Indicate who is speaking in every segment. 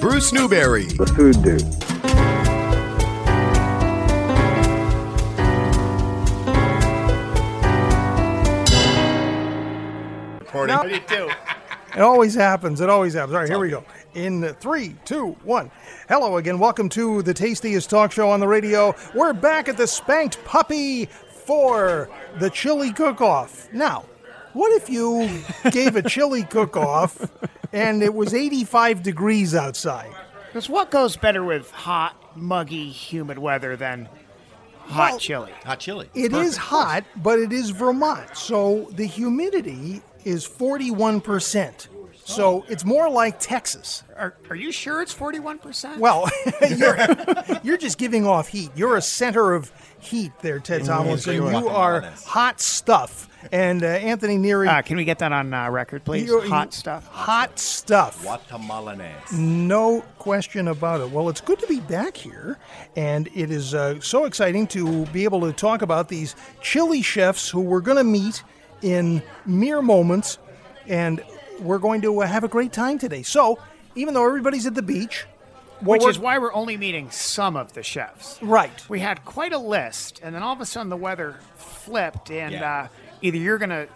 Speaker 1: Bruce Newberry,
Speaker 2: The food dude.
Speaker 1: Recording.
Speaker 3: It always happens. It always happens. All right, here we go. In three, two, one. Hello again. Welcome to the tastiest talk show on the radio. We're back at the Spanked Puppy for the chili cook off. Now, what if you gave a chili cook off and it was 85 degrees outside?
Speaker 4: Because what goes better with hot, muggy, humid weather than hot
Speaker 3: Well-
Speaker 4: chili?
Speaker 5: Hot chili.
Speaker 3: It is hot, but it is Vermont. So the humidity is 41%. So it's more like Texas.
Speaker 4: Are, are you sure it's 41%?
Speaker 3: Well, you're, you're just giving off heat. You're a center of heat there, Ted Tomlinson.
Speaker 5: Mm, you're
Speaker 3: You
Speaker 5: fucking
Speaker 3: are
Speaker 5: honest.
Speaker 3: hot stuff. And uh, Anthony Neary.
Speaker 4: uh, can we get that on uh, record, please?
Speaker 3: you-
Speaker 4: hot
Speaker 3: you-
Speaker 4: stuff.
Speaker 3: Hot stuff.
Speaker 5: Guatemalanese.
Speaker 3: No question about it. Well, it's good to be back here, and it is uh, so exciting to be able to talk about these chili chefs who we're going to meet in mere moments, and we're going to uh, have a great time today. So, even though everybody's at the beach, what
Speaker 4: Which
Speaker 3: we're-
Speaker 4: is why we're only meeting some of the chefs.
Speaker 3: right.
Speaker 4: We had quite a list, and then all of a sudden the weather flipped, and
Speaker 5: Yeah.
Speaker 4: uh, either you're going to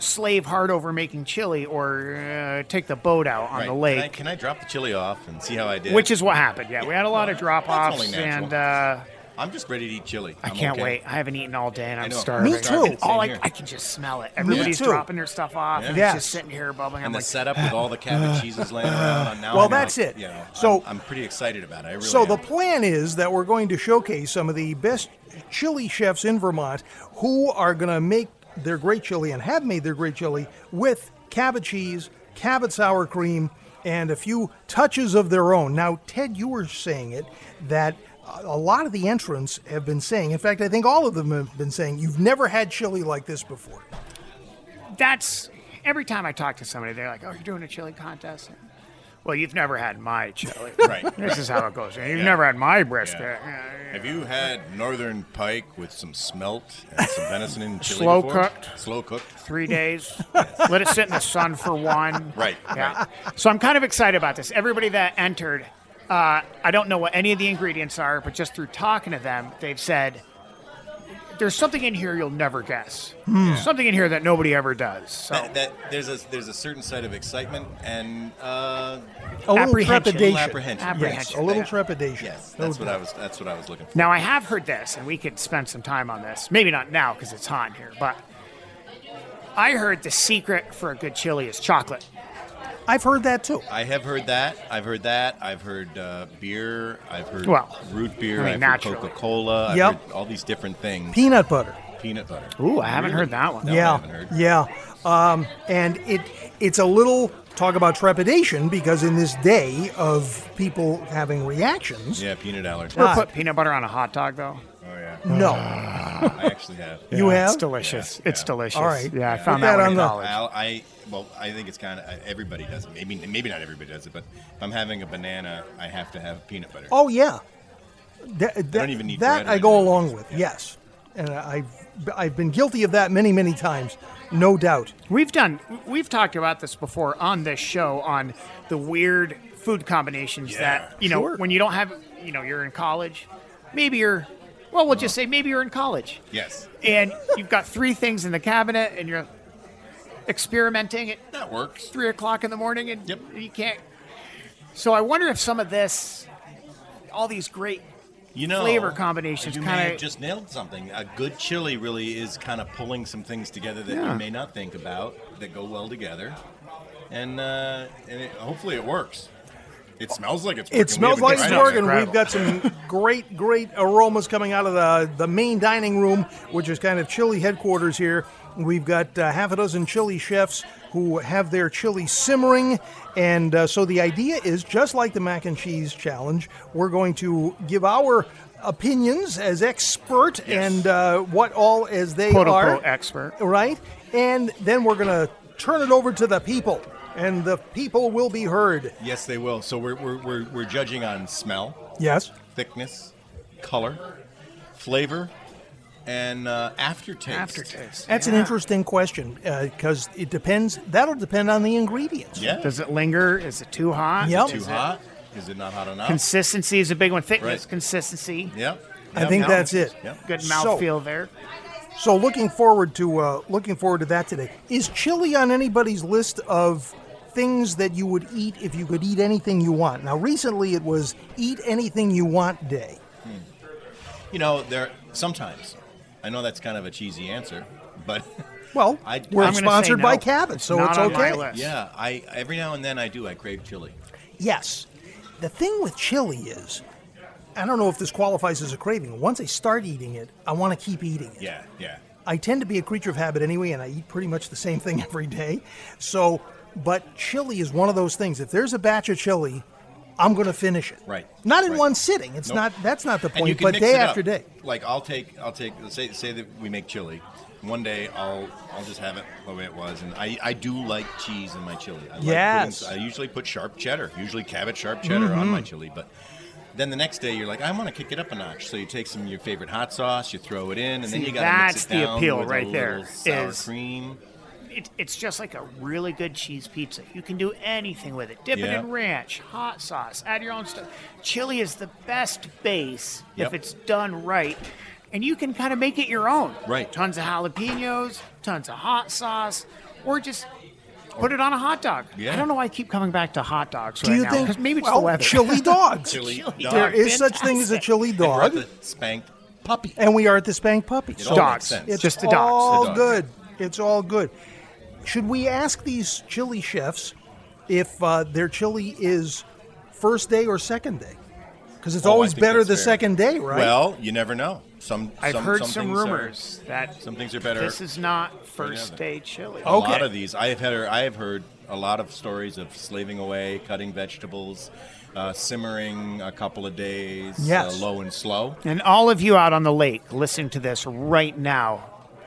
Speaker 4: slave hard over making chili or uh, take the boat out on
Speaker 5: Right.
Speaker 4: the
Speaker 5: Can I,
Speaker 4: lake.
Speaker 5: can I drop the chili off and see how I did?
Speaker 4: Which is what happened. Yeah, we had a lot of
Speaker 5: That's
Speaker 4: drop offs,
Speaker 5: only natural.
Speaker 4: and uh,
Speaker 5: I'm just ready to eat chili.
Speaker 4: I
Speaker 5: I'm
Speaker 4: can't
Speaker 5: okay.
Speaker 4: wait. I haven't eaten all day, and I'm
Speaker 5: know.
Speaker 4: starving.
Speaker 3: Me too.
Speaker 4: And All
Speaker 5: Same
Speaker 4: I,
Speaker 5: here.
Speaker 4: I can just smell it. Everybody's
Speaker 3: too.
Speaker 4: dropping their stuff off. and
Speaker 3: Yes.
Speaker 4: it's just sitting here bubbling. I'm
Speaker 5: And the
Speaker 4: like,
Speaker 5: setup with all the cabbage cheeses laying around. and Now
Speaker 3: Well,
Speaker 5: I'm like,
Speaker 3: that's it.
Speaker 5: You know,
Speaker 3: So-
Speaker 5: I'm, I'm pretty excited about it. I really
Speaker 3: So
Speaker 5: am.
Speaker 3: the plan is that we're going to showcase some of the best chili chefs in Vermont who are going to make their great chili and have made their great chili with cabbage cheese, cabbage sour cream, and a few touches of their own. Now, Ted, you were saying it that a- a lot of the entrants have been saying, in fact, I think all of them have been saying, you've never had chili like this before.
Speaker 4: that's every time I talk to somebody, they're like, "Oh, you're doing a chili contest." Well, you've never had my chili.
Speaker 5: Right.
Speaker 4: This is how it goes. You've never had my brisket. Uh,
Speaker 5: Have you had northern pike with some smelt and some venison and chili?
Speaker 4: Slow
Speaker 5: before?
Speaker 4: cooked.
Speaker 5: Slow cooked.
Speaker 4: Three days. Let it sit in the sun for one.
Speaker 5: Right,
Speaker 4: Yeah. So I'm kind of excited about this. Everybody that entered, uh, I don't know what any of the ingredients are, but just through talking to them, they've said there's something in here you'll never guess. Something in here that nobody ever does. So
Speaker 5: That, that there's a there's a certain side of excitement and uh,
Speaker 3: A little
Speaker 4: Apprehension.
Speaker 3: trepidation.
Speaker 5: Apprehension.
Speaker 3: Yes,
Speaker 4: Apprehension.
Speaker 3: a little
Speaker 4: Yeah.
Speaker 3: trepidation.
Speaker 5: yes,
Speaker 3: No
Speaker 5: that's what I
Speaker 3: doubt.
Speaker 5: was that's what I was looking for.
Speaker 4: Now I have heard this, and we could spend some time on this. Maybe not now because it's hot in here, but I heard the secret for a good chili is chocolate.
Speaker 3: I've heard that too.
Speaker 5: I have heard that. I've heard that. I've heard uh, beer. I've heard
Speaker 4: Well,
Speaker 5: root beer.
Speaker 4: I mean,
Speaker 5: have
Speaker 4: naturally.
Speaker 5: heard Coca-Cola.
Speaker 3: Yep.
Speaker 5: I've heard all these different things.
Speaker 3: Peanut butter.
Speaker 5: Peanut butter.
Speaker 4: Ooh, I haven't heard that one.
Speaker 5: No, I
Speaker 3: yeah,
Speaker 5: haven't heard.
Speaker 3: yeah, um, and it it's a little talk about trepidation because in this day of people having reactions,
Speaker 5: Yeah, peanut allergy.
Speaker 4: Ever put peanut butter on a hot dog though?
Speaker 5: Oh yeah.
Speaker 3: no,
Speaker 5: I actually have.
Speaker 3: you have
Speaker 4: It's delicious.
Speaker 5: Yeah,
Speaker 4: It's
Speaker 5: yeah.
Speaker 4: delicious.
Speaker 3: All right.
Speaker 4: Yeah, I
Speaker 3: Put
Speaker 4: found
Speaker 3: that
Speaker 4: that, one
Speaker 3: on
Speaker 4: in
Speaker 3: the-
Speaker 4: college.
Speaker 5: I'll, I well, I think it's kind of everybody does it. Maybe maybe not everybody does it, but if I'm having a banana, I have to have peanut butter.
Speaker 3: Oh yeah, that, that-
Speaker 5: even need
Speaker 3: that
Speaker 5: bread
Speaker 3: I
Speaker 5: right
Speaker 3: go
Speaker 5: now.
Speaker 3: along with. Yes, and I've I've been guilty of that many many times, no doubt.
Speaker 4: We've done. We've talked about this before on this show on the weird food combinations that you know
Speaker 3: sure.
Speaker 4: when you don't have. You know, you're in college. Maybe you're. Well, we'll just say maybe you're in college.
Speaker 5: Yes,
Speaker 4: and you've got three things in the cabinet and you're experimenting at
Speaker 5: that works.
Speaker 4: three o'clock in the morning and
Speaker 5: Yep.
Speaker 4: you can't so i wonder if some of this all these great
Speaker 5: You know,
Speaker 4: Flavor combinations
Speaker 5: You
Speaker 4: kinda-
Speaker 5: may have just nailed something. A good chili really is kind of pulling some things together that
Speaker 4: Yeah.
Speaker 5: you may not think about that go well together, and uh, and it, hopefully it works. It smells like it's. Working.
Speaker 3: It smells
Speaker 5: We haven't
Speaker 3: like it's
Speaker 5: tried
Speaker 3: working.
Speaker 4: Incredible.
Speaker 3: We've got some great, great aromas coming out of the, the main dining room, which is kind of chili headquarters here. We've got uh, half a dozen chili chefs who have their chili simmering. And uh, so the idea is just like the mac and cheese challenge, we're going to give our opinions as expert and uh, what all as they
Speaker 4: quote
Speaker 3: are
Speaker 4: unquote expert
Speaker 3: right? And then we're going to turn it over to the people, and the people will be heard.
Speaker 5: Yes, they will. So we're we're, we're, we're judging on smell.
Speaker 3: Yes.
Speaker 5: thickness, color, flavor, and uh, aftertaste.
Speaker 4: aftertaste
Speaker 3: That's an interesting question uh, because it depends. That'll depend on the ingredients.
Speaker 5: Yeah.
Speaker 4: does it linger is it too hot
Speaker 3: Yep.
Speaker 5: Too hot? Is Is it not hot enough?
Speaker 4: Consistency is a big one. Thickness,
Speaker 5: Right.
Speaker 4: consistency.
Speaker 5: yep.
Speaker 3: I think that's it.
Speaker 5: Yep.
Speaker 4: Good
Speaker 3: So-
Speaker 4: mouthfeel there.
Speaker 3: So looking forward to uh, looking forward to that today. Is chili on anybody's list of things that you would eat if you could eat anything you want? Now recently it was Eat Anything You Want Day.
Speaker 5: You know, there sometimes. I know that's kind of a cheesy answer, but
Speaker 3: Well,
Speaker 5: I-
Speaker 3: we're
Speaker 5: I'm
Speaker 4: gonna
Speaker 3: sponsored
Speaker 4: say
Speaker 3: by
Speaker 4: no.
Speaker 3: Cabot, so
Speaker 4: Not
Speaker 3: it's
Speaker 4: on
Speaker 3: okay.
Speaker 4: my list.
Speaker 5: yeah, I every now and then I do. I crave chili.
Speaker 3: Yes. The thing with chili is, I don't know if this qualifies as a craving. Once I start eating it, I want to keep eating it.
Speaker 5: Yeah, yeah.
Speaker 3: I tend to be a creature of habit anyway, and I eat pretty much the same thing every day. So, but chili is one of those things. If there's a batch of chili, I'm going to finish it.
Speaker 5: Right,
Speaker 3: Not in
Speaker 5: right.
Speaker 3: one sitting. It's
Speaker 5: Nope.
Speaker 3: not. That's not the
Speaker 5: And you
Speaker 3: point.
Speaker 5: can
Speaker 3: But
Speaker 5: mix
Speaker 3: day
Speaker 5: it up.
Speaker 3: after day.
Speaker 5: Like I'll take, I'll take. Say, say that we make chili. One day I'll, I'll just have it the way it was, and I, I do like cheese in my chili. I
Speaker 3: Yes.
Speaker 5: Like putting, I usually put sharp cheddar, usually Cabot sharp cheddar on
Speaker 4: Mm-hmm.
Speaker 5: my chili, but. Then the next day, you're like, I want to kick it up a notch. So you take some of your favorite hot sauce, you throw it in, and then
Speaker 4: See,
Speaker 5: you got to mix
Speaker 4: that's
Speaker 5: it
Speaker 4: the
Speaker 5: down
Speaker 4: appeal
Speaker 5: with a
Speaker 4: right there,
Speaker 5: little sour
Speaker 4: is-
Speaker 5: cream.
Speaker 4: It, it's just like a really good cheese pizza. You can do anything with it. Dip it
Speaker 5: Yeah.
Speaker 4: in ranch, hot sauce, add your own stuff. Chili is the best base if
Speaker 5: Yep.
Speaker 4: it's done right. And you can kind of make it your own.
Speaker 5: Right.
Speaker 4: Tons of jalapenos, tons of hot sauce, or just put it on a hot dog.
Speaker 5: Yeah.
Speaker 4: I don't know why I keep coming back to hot dogs
Speaker 3: Do
Speaker 4: right
Speaker 3: you
Speaker 4: now.
Speaker 3: think?
Speaker 4: 'cause maybe it's
Speaker 3: well,
Speaker 4: the weather.
Speaker 3: chili dogs.
Speaker 5: Chili
Speaker 4: dog.
Speaker 3: There is such
Speaker 4: Fantastic.
Speaker 3: thing as a chili
Speaker 5: I brought
Speaker 3: dog,
Speaker 5: the spanked puppy.
Speaker 3: and we are at the Spank Puppy.
Speaker 5: It
Speaker 3: So
Speaker 5: all makes
Speaker 4: Dogs.
Speaker 5: sense.
Speaker 3: It's
Speaker 4: It's just the dogs.
Speaker 3: all
Speaker 5: The dogs.
Speaker 3: good. It's all good. Should we ask these chili chefs if uh, their chili is first day or second day? Because it's
Speaker 5: Oh, I
Speaker 3: always
Speaker 5: think
Speaker 3: better
Speaker 5: that's
Speaker 3: the
Speaker 5: fair.
Speaker 3: second day, right?
Speaker 5: Well, you never know. Some
Speaker 4: I've
Speaker 5: some,
Speaker 4: heard
Speaker 5: some,
Speaker 4: some
Speaker 5: things are-
Speaker 4: rumors that
Speaker 5: some things are better
Speaker 4: This is not
Speaker 5: other.
Speaker 4: first day chili.
Speaker 5: A
Speaker 3: Oh.
Speaker 5: lot
Speaker 3: Okay.
Speaker 5: of these, I have had, I have heard a lot of stories of slaving away, cutting vegetables, uh, simmering a couple of days,
Speaker 3: Yes.
Speaker 5: uh, low and slow.
Speaker 4: And all of you out on the lake listening to this right now,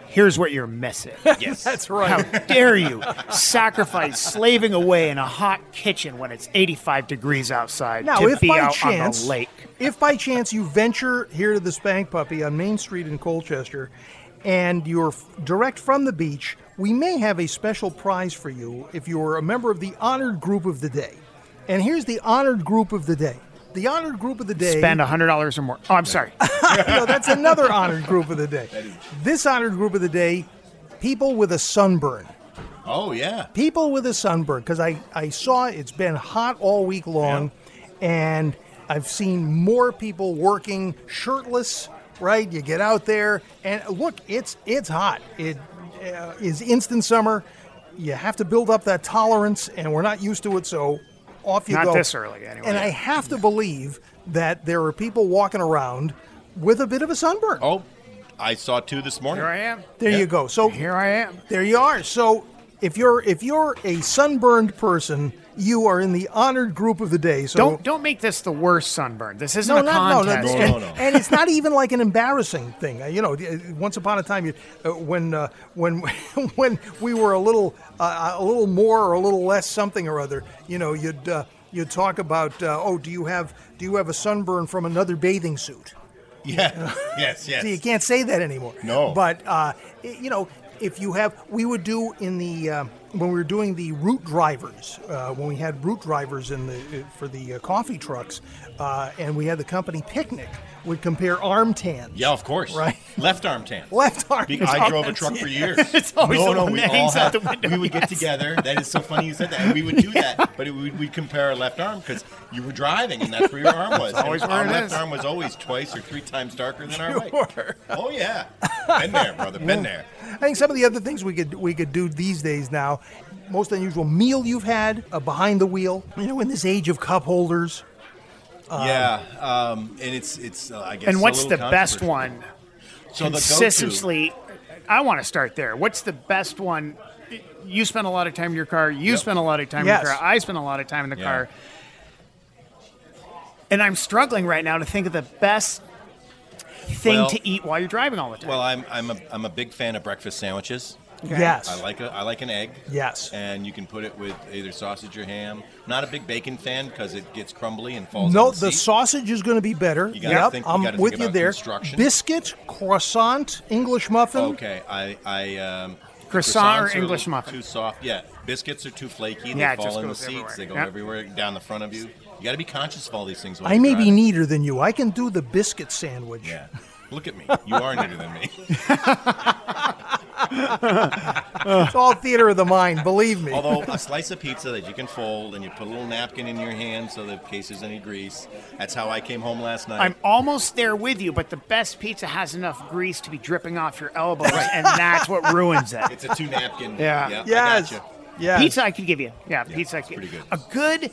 Speaker 4: here's what you're missing.
Speaker 5: Yes,
Speaker 3: that's
Speaker 4: How
Speaker 3: right.
Speaker 4: dare you sacrifice slaving away in a hot kitchen when it's 85 degrees outside
Speaker 3: Now,
Speaker 4: to
Speaker 3: if
Speaker 4: be
Speaker 3: by
Speaker 4: out
Speaker 3: chance,
Speaker 4: on the lake?
Speaker 3: if by chance you venture here to the Spank Puppy on Main Street in Colchester, and you're f- direct from the beach, we may have a special prize for you if you're a member of the honored group of the day. And here's the honored group of the day. The honored group of the day.
Speaker 4: Spend $100 or more. Oh, I'm sorry.
Speaker 3: no, that's another honored group of the day. This honored group of the day, people with a sunburn.
Speaker 5: Oh yeah,
Speaker 3: People with a sunburn, because I, I saw it's been hot all week long, and I've seen more people working shirtless. Right, you get out there and look, it's it's hot. It uh, is instant summer. You have to build up that tolerance, and we're not used to it, so off you
Speaker 4: Not
Speaker 3: go.
Speaker 4: this early, anyway.
Speaker 3: And I have to believe that there are people walking around with a bit of a sunburn.
Speaker 5: Oh, I saw two this morning.
Speaker 4: Here I am.
Speaker 3: There
Speaker 5: Yeah.
Speaker 3: you go. So
Speaker 4: Here I am.
Speaker 3: there you are. So if you're if you're a sunburned person, you are in the honored group of the day. So
Speaker 4: Don't don't make this the worst sunburn. This isn't
Speaker 3: no,
Speaker 4: a
Speaker 3: not, no, no,
Speaker 4: contest.
Speaker 5: No,
Speaker 3: and,
Speaker 5: no, no.
Speaker 3: and it's not even like an embarrassing thing. Uh, You know, uh, once upon a time, you, uh, when uh, when when we were a little uh, a little more or a little less something or other, you know, you'd uh, you'd talk about uh, oh, do you have do you have a sunburn from another bathing suit?
Speaker 5: Yeah, yes, yes.
Speaker 3: So you can't say that anymore.
Speaker 5: No.
Speaker 3: But uh, y- you know, if you have, we would do in the uh, when we were doing the route drivers, uh, when we had route drivers in the for the uh, coffee trucks, uh, and we had the company picnic, would compare arm tans.
Speaker 5: yeah, of course.
Speaker 3: Right.
Speaker 5: Left arm tan.
Speaker 3: Left arm
Speaker 5: Be-
Speaker 3: tan.
Speaker 5: I drove a truck for years.
Speaker 4: It's always
Speaker 5: no,
Speaker 4: the
Speaker 5: no,
Speaker 4: one
Speaker 5: we
Speaker 4: that
Speaker 5: all
Speaker 4: hangs out
Speaker 5: had-
Speaker 4: the window,
Speaker 5: We would get together. That is so funny you said that. And we would do that, but it, we'd, we'd compare our left arm because you were driving, and that's where your arm was. And
Speaker 4: always where
Speaker 5: our
Speaker 4: it
Speaker 5: left
Speaker 4: is.
Speaker 5: arm was always twice or three times darker than our right. Oh yeah, been there, brother. Been there.
Speaker 3: I think some of the other things we could we could do these days now, most unusual meal you've had uh, behind the wheel. You know, in this age of cup holders.
Speaker 5: yeah, um, and it's it's. Uh, I guess.
Speaker 4: And
Speaker 5: a
Speaker 4: what's
Speaker 5: little
Speaker 4: the best
Speaker 5: controversial.
Speaker 4: one?
Speaker 5: So the go-to,
Speaker 4: consistently. I want to start there. What's the best one? You spend a lot of time in your car. You
Speaker 5: Yep.
Speaker 4: spend a lot of time in
Speaker 3: Yes.
Speaker 4: your car. I spend a lot of time in the
Speaker 5: Yeah.
Speaker 4: car. And I'm struggling right now to think of the best thing
Speaker 5: Well-
Speaker 4: to eat while you're driving all the time.
Speaker 5: Well, I'm I'm a I'm a big fan of breakfast sandwiches.
Speaker 3: Yes.
Speaker 5: I like a I like an egg.
Speaker 3: Yes.
Speaker 5: And you can put it with either sausage or ham. Not a big bacon fan because it gets crumbly and falls.
Speaker 3: No,
Speaker 5: on
Speaker 3: the
Speaker 5: seat.
Speaker 3: sausage is going to be better.
Speaker 5: You gotta
Speaker 3: yep,
Speaker 5: think- you
Speaker 3: I'm
Speaker 5: gotta think
Speaker 3: with you
Speaker 5: about
Speaker 3: there.
Speaker 5: construction.
Speaker 3: Biscuit, croissant, English muffin.
Speaker 5: Okay, I I um,
Speaker 4: Croissant or
Speaker 5: croissants are a
Speaker 4: English
Speaker 5: little
Speaker 4: muffin?
Speaker 5: Too soft. Yeah, biscuits are too flaky. They
Speaker 4: Yeah, it
Speaker 5: fall
Speaker 4: just
Speaker 5: in the
Speaker 4: goes
Speaker 5: seats.
Speaker 4: everywhere.
Speaker 5: They go
Speaker 4: Yep.
Speaker 5: everywhere down the front of you. You got to be conscious of all these things. While
Speaker 3: I
Speaker 5: you're
Speaker 3: may be
Speaker 5: driving.
Speaker 3: neater than you. I can do the biscuit sandwich.
Speaker 5: Yeah. Look at me. You are neater than me.
Speaker 3: It's all theater of the mind, believe me.
Speaker 5: Although a slice of pizza that you can fold and you put a little napkin in your hand so that in case there's any grease. That's how I came home last night.
Speaker 4: I'm almost there with you, but the best pizza has enough grease to be dripping off your elbows, and that's what ruins it.
Speaker 5: it's a two napkin.
Speaker 4: Yeah.
Speaker 5: yeah
Speaker 3: yes.
Speaker 5: I gotcha.
Speaker 3: Yes.
Speaker 4: Pizza I could give you. Yeah, pizza. I
Speaker 5: it's
Speaker 4: could-
Speaker 5: pretty good.
Speaker 4: A good,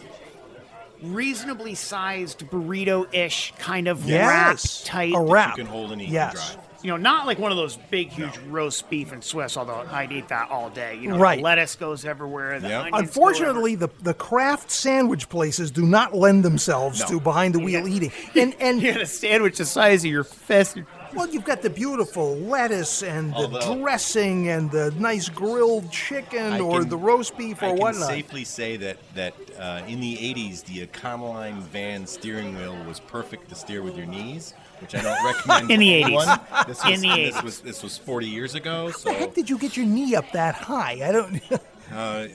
Speaker 4: reasonably sized burrito-ish kind of
Speaker 3: Yes.
Speaker 4: wrap type.
Speaker 3: A wrap.
Speaker 5: You can hold and eat
Speaker 3: Yes.
Speaker 5: and drive.
Speaker 4: You know, not like one of those big, huge roast beef and Swiss. Although I'd eat that all day. You know, the
Speaker 3: Right.
Speaker 4: lettuce goes everywhere. The
Speaker 5: Yeah.
Speaker 4: onions go
Speaker 3: Unfortunately, the, the craft sandwich places do not lend themselves
Speaker 5: No.
Speaker 3: to behind the wheel eating. And and
Speaker 4: everywhere. you get a sandwich the size of your fist.
Speaker 3: well, you've got the beautiful lettuce and the
Speaker 5: Although-
Speaker 3: dressing and the nice grilled chicken
Speaker 5: I
Speaker 3: or
Speaker 5: can-
Speaker 3: the roast beef
Speaker 5: I
Speaker 3: or
Speaker 5: can
Speaker 3: whatnot.
Speaker 5: safely say that that uh, in the '80s, the Econoline van steering wheel was perfect to steer with your knees, which I don't recommend.
Speaker 4: In
Speaker 5: to
Speaker 4: the
Speaker 5: anyone.
Speaker 4: 80s.
Speaker 5: This
Speaker 4: In
Speaker 5: was,
Speaker 4: the
Speaker 5: This
Speaker 4: 80s.
Speaker 5: was this was 40 years ago.
Speaker 3: How the
Speaker 5: So
Speaker 3: heck did you get your knee up that high? I don't.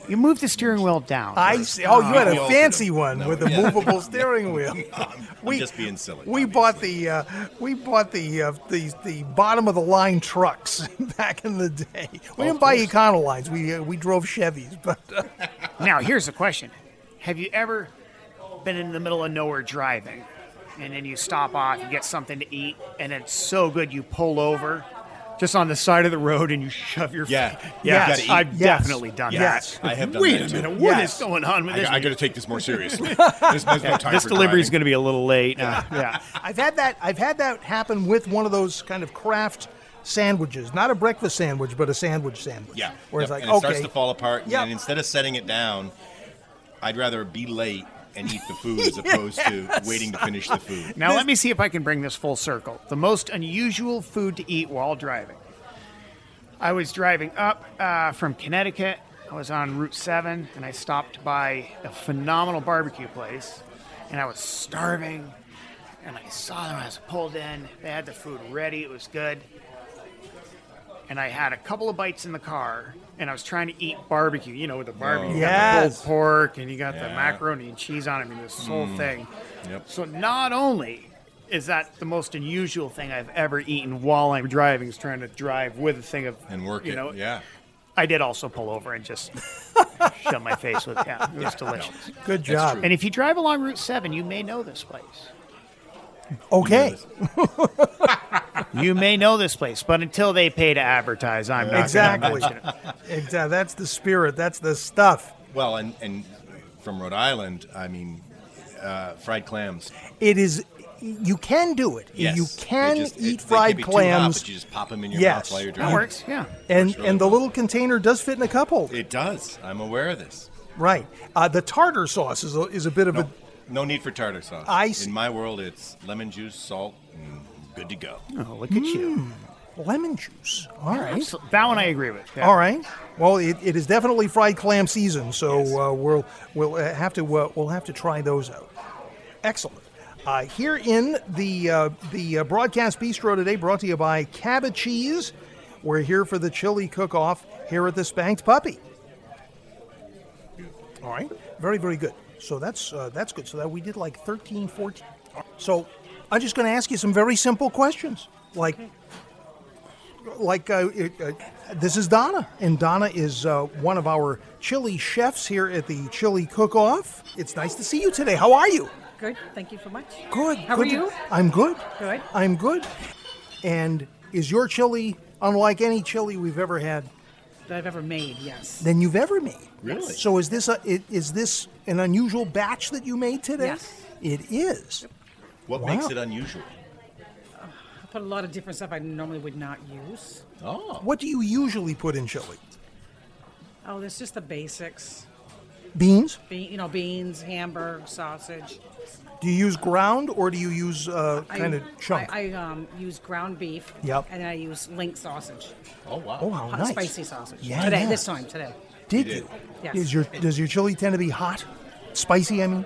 Speaker 4: You move the steering wheel down.
Speaker 3: I see. Oh, you had
Speaker 5: We
Speaker 3: a
Speaker 5: all
Speaker 3: fancy
Speaker 5: could've-
Speaker 3: one
Speaker 5: no,
Speaker 3: with a
Speaker 5: yeah.
Speaker 3: movable steering wheel.
Speaker 5: I'm just being silly.
Speaker 3: We bought the uh, we bought the uh, the the bottom of the line trucks back in the day. We didn't buy Econolines. We uh, we drove Chevys, but uh,
Speaker 4: Now, here's the question Have you ever been in the middle of nowhere driving and then you stop off, you get something to eat, and it's so good you pull over just on the side of the road and you shove your
Speaker 5: Yeah.
Speaker 4: yeah.
Speaker 5: Yes.
Speaker 4: I've
Speaker 3: Yes.
Speaker 4: definitely done
Speaker 3: Yes.
Speaker 4: that.
Speaker 5: I have done
Speaker 4: Wait
Speaker 5: that
Speaker 4: a minute,
Speaker 5: too.
Speaker 4: What is
Speaker 3: Yes.
Speaker 4: going on with
Speaker 5: I,
Speaker 4: this?
Speaker 5: got to take this more seriously. There's, there's no time
Speaker 4: this
Speaker 5: for
Speaker 4: delivery is
Speaker 5: driving.
Speaker 4: going to be a little late. Uh, yeah.
Speaker 3: I've had that I've had that happen with one of those kind of craft sandwiches, not a breakfast sandwich, but a sandwich sandwich.
Speaker 5: Yeah.
Speaker 3: where it's
Speaker 5: Yep.
Speaker 3: like
Speaker 5: and it
Speaker 3: okay,
Speaker 5: starts to fall apart.
Speaker 3: Yep.
Speaker 5: And instead of setting it down, I'd rather be late and eat the food as opposed to waiting to finish the food.
Speaker 4: Now, let me see if I can bring this full circle. The most unusual food to eat while driving. I was driving up uh, from Connecticut. I was on Route 7, and I stopped by a phenomenal barbecue place, and I was starving. And I saw them as I pulled in. They had the food ready, it was good. And I had a couple of bites in the car, and I was trying to eat barbecue. You know, with the barbecue, you got the
Speaker 3: Yes.
Speaker 4: pulled pork, and you got the
Speaker 5: Yeah.
Speaker 4: macaroni and cheese on it. I mean, this whole thing.
Speaker 5: Yep.
Speaker 4: So not only is that the most unusual thing I've ever eaten while I'm driving, is trying to drive with a thing of
Speaker 5: And work
Speaker 4: You
Speaker 5: it.
Speaker 4: know,
Speaker 5: yeah.
Speaker 4: I did also pull over and just shut my face with yeah, it was delicious.
Speaker 3: good job.
Speaker 5: true.
Speaker 4: And if you drive along Route Seven, you may know this place.
Speaker 3: Okay,
Speaker 4: You may know this place, but until they pay to advertise, I'm not
Speaker 3: exactly,
Speaker 4: Gonna mention it.
Speaker 3: exactly. That's the spirit. That's the stuff.
Speaker 5: Well, and, and from Rhode Island, I mean, uh, fried clams.
Speaker 3: It is. You can do it.
Speaker 5: Yes.
Speaker 3: You
Speaker 5: They
Speaker 3: can
Speaker 5: just- it-
Speaker 3: eat
Speaker 5: they
Speaker 3: fried
Speaker 5: can be too hot,
Speaker 3: clams.
Speaker 5: but you just pop them in your mouth
Speaker 3: Yes.
Speaker 5: while you're
Speaker 3: That
Speaker 4: That
Speaker 5: driving.
Speaker 4: works. Yeah.
Speaker 3: and
Speaker 5: Works really
Speaker 3: and the
Speaker 5: well.
Speaker 3: little container does fit in a cup holder.
Speaker 5: It does. I'm aware of this.
Speaker 3: right. Uh, the tartar sauce is a, is a bit of a.
Speaker 5: No need for tartar sauce.
Speaker 3: I see.
Speaker 5: In my world, it's lemon juice, salt, and good to go.
Speaker 4: Oh, look at
Speaker 3: Mm.
Speaker 4: you.
Speaker 3: Lemon juice. All right.
Speaker 4: So that one I agree with. Yeah.
Speaker 3: All right. Well, it, it is definitely fried clam season, so uh, we'll we'll uh, have to uh, we'll have to try those out. Excellent. Uh, here in the uh, the uh, broadcast bistro today, brought to you by Cabbage Cheese. We're here for the chili cook-off here at the Spanked Puppy. All right. Very very good. So that's uh, that's good. So that we did like 13, 14. So I'm just going to ask you some very simple questions, like like uh, it, uh, this is Donna, and Donna is uh, one of our chili chefs here at the Chili Cook Off. It's nice to see you today. How are you?
Speaker 2: Good. Thank you so much.
Speaker 3: Good.
Speaker 2: How
Speaker 3: good
Speaker 2: are
Speaker 3: to-
Speaker 2: you?
Speaker 3: I'm good.
Speaker 2: Good.
Speaker 3: I'm good. And is your chili unlike any chili we've ever had
Speaker 2: That I've ever made. Yes.
Speaker 3: than you've ever made?
Speaker 5: Really?
Speaker 3: So is this a i- is this an unusual batch that you made today?
Speaker 2: Yes.
Speaker 3: It is.
Speaker 5: What
Speaker 3: Wow.
Speaker 5: makes it unusual?
Speaker 2: I put a lot of different stuff I normally would not use.
Speaker 5: Oh.
Speaker 3: What do you usually put in chili?
Speaker 2: Oh, there's just the basics.
Speaker 3: Beans?
Speaker 2: Be- you know, beans, hamburg, sausage.
Speaker 3: Do you use ground or do you use uh,
Speaker 2: I-
Speaker 3: kind of chunk?
Speaker 2: I, I um, use ground beef.
Speaker 3: Yep.
Speaker 2: And then I use link sausage,
Speaker 5: Oh, wow.
Speaker 3: oh, how
Speaker 2: hot
Speaker 3: nice!
Speaker 2: spicy sausage.
Speaker 3: Yeah,
Speaker 2: today,
Speaker 3: yeah.
Speaker 2: this time today.
Speaker 3: Did
Speaker 5: You
Speaker 3: you?
Speaker 2: did. Yes.
Speaker 3: Is your does your chili tend to be hot, spicy? I mean,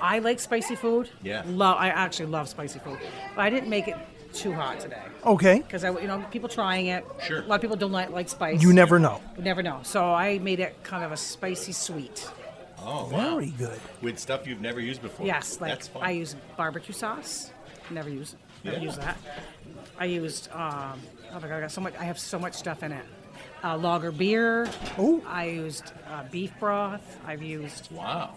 Speaker 2: I like spicy food.
Speaker 5: Yeah.
Speaker 2: Love. I actually love spicy food, but I didn't make it too hot today
Speaker 3: okay.
Speaker 2: because I, you know, people trying it.
Speaker 5: Sure.
Speaker 2: A lot of people don't like, like spice.
Speaker 3: You never know.
Speaker 2: You never know. So I made it kind of a spicy sweet.
Speaker 5: Oh, wow.
Speaker 3: Very good.
Speaker 5: With stuff you've never used before.
Speaker 2: Yes, like
Speaker 5: That's fun.
Speaker 2: I use barbecue sauce. Never use never
Speaker 5: Yeah.
Speaker 2: use that. I used um, oh my god, I got so much. I have so much stuff in it. Uh, lager beer.
Speaker 3: Ooh.
Speaker 2: I used uh, beef broth. I've used
Speaker 5: Wow.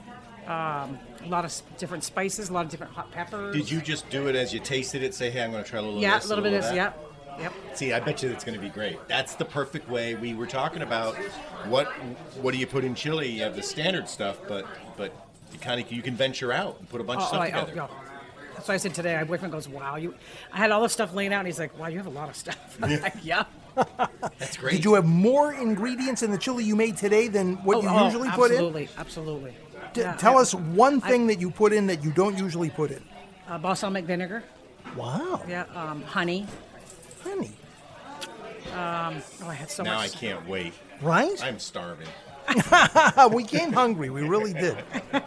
Speaker 2: a lot of s- different spices, a lot of different hot peppers.
Speaker 5: Did you just do it as you tasted it? Say, hey, I'm going to try a little
Speaker 2: Yeah,
Speaker 5: of
Speaker 2: a
Speaker 5: this,
Speaker 2: little bit of this.
Speaker 5: that?
Speaker 2: Yep. Yep.
Speaker 5: See, I bet you that's going to be great. That's the perfect way we were talking about. What What do you put in chili? You have the standard stuff, but but you kind of you can venture out and put a bunch
Speaker 2: Oh,
Speaker 5: of
Speaker 2: oh,
Speaker 5: stuff
Speaker 2: I, oh,
Speaker 5: together.
Speaker 2: yeah. That's why I said today. My boyfriend goes, "Wow, you." I had all this stuff laying out, and he's like, "Wow, you have a lot of stuff." I'm like, yeah.
Speaker 5: That's great.
Speaker 3: Did you have more ingredients in the chili you made today than what
Speaker 2: Oh,
Speaker 3: you
Speaker 2: oh,
Speaker 3: usually put in?
Speaker 2: absolutely, Absolutely, absolutely.
Speaker 3: D- tell us one thing that you put in that you don't usually put in.
Speaker 2: Uh, balsamic vinegar.
Speaker 3: Wow.
Speaker 2: Yeah. Um, honey.
Speaker 3: Honey.
Speaker 2: Oh, I had so
Speaker 5: now I
Speaker 2: much.
Speaker 5: can't wait.
Speaker 3: Right?
Speaker 5: I'm starving.
Speaker 3: we came hungry. We really did.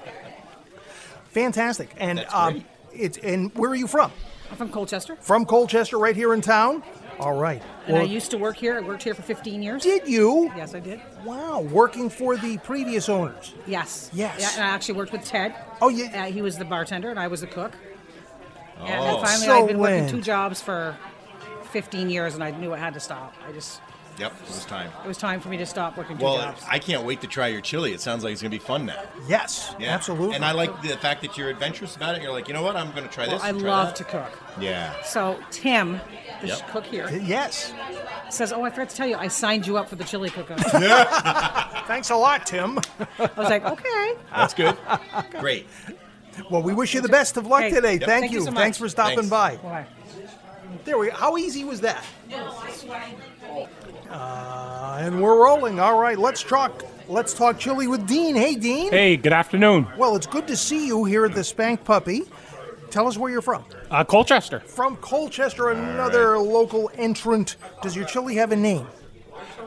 Speaker 3: Fantastic. And
Speaker 5: That's
Speaker 3: um,
Speaker 5: great.
Speaker 3: it's and where are you from?
Speaker 2: I'm from Colchester,
Speaker 3: From Colchester, right here in town. All right.
Speaker 2: and I used to work here. I worked here for 15 years.
Speaker 3: did you?
Speaker 2: Yes, I did.
Speaker 3: Wow. Working for the previous owners.
Speaker 2: Yes.
Speaker 3: Yes.
Speaker 2: Yeah, and I actually worked with Ted.
Speaker 3: Oh, yeah.
Speaker 2: Uh, he was the bartender, and I was the cook.
Speaker 5: Oh,
Speaker 2: And, and finally,
Speaker 3: So
Speaker 2: I've been
Speaker 3: when?
Speaker 2: working two jobs for 15 years, and I knew I had to stop. I just
Speaker 5: yep. It was time.
Speaker 2: it was time for me to stop working two
Speaker 5: Well,
Speaker 2: jobs.
Speaker 5: I can't wait to try your chili. It sounds like it's going to be fun now.
Speaker 3: Yes.
Speaker 5: Yeah.
Speaker 3: Absolutely.
Speaker 5: And I like the fact that you're adventurous about it. You're like, you know what? I'm going to try
Speaker 2: Well,
Speaker 5: this.
Speaker 2: I
Speaker 5: and try
Speaker 2: love
Speaker 5: that.
Speaker 2: to cook.
Speaker 5: Yeah.
Speaker 2: So Tim, the
Speaker 5: Yep.
Speaker 2: cook here,
Speaker 3: Yes.
Speaker 2: says, "Oh, I forgot to tell you, I signed you up for the chili cook-off."
Speaker 3: Thanks a lot, Tim.
Speaker 2: I was like, "Okay."
Speaker 5: That's good. Great.
Speaker 3: Well, we wish you the best of luck
Speaker 2: Hey,
Speaker 3: today.
Speaker 2: yep.
Speaker 3: Thank,
Speaker 2: Thank
Speaker 3: you.
Speaker 2: you so much.
Speaker 3: Thanks for stopping
Speaker 5: Thanks.
Speaker 3: by.
Speaker 2: Why?
Speaker 3: There we go. How easy was that? Uh, and we're rolling. All right, let's talk. Let's talk chili with Dean. Hey, Dean.
Speaker 6: Hey, good afternoon.
Speaker 3: Well, it's good to see you here at the Spank Puppy. Tell us where you're from.
Speaker 6: Uh, Colchester.
Speaker 3: From Colchester, another local entrant. Does your chili have a name?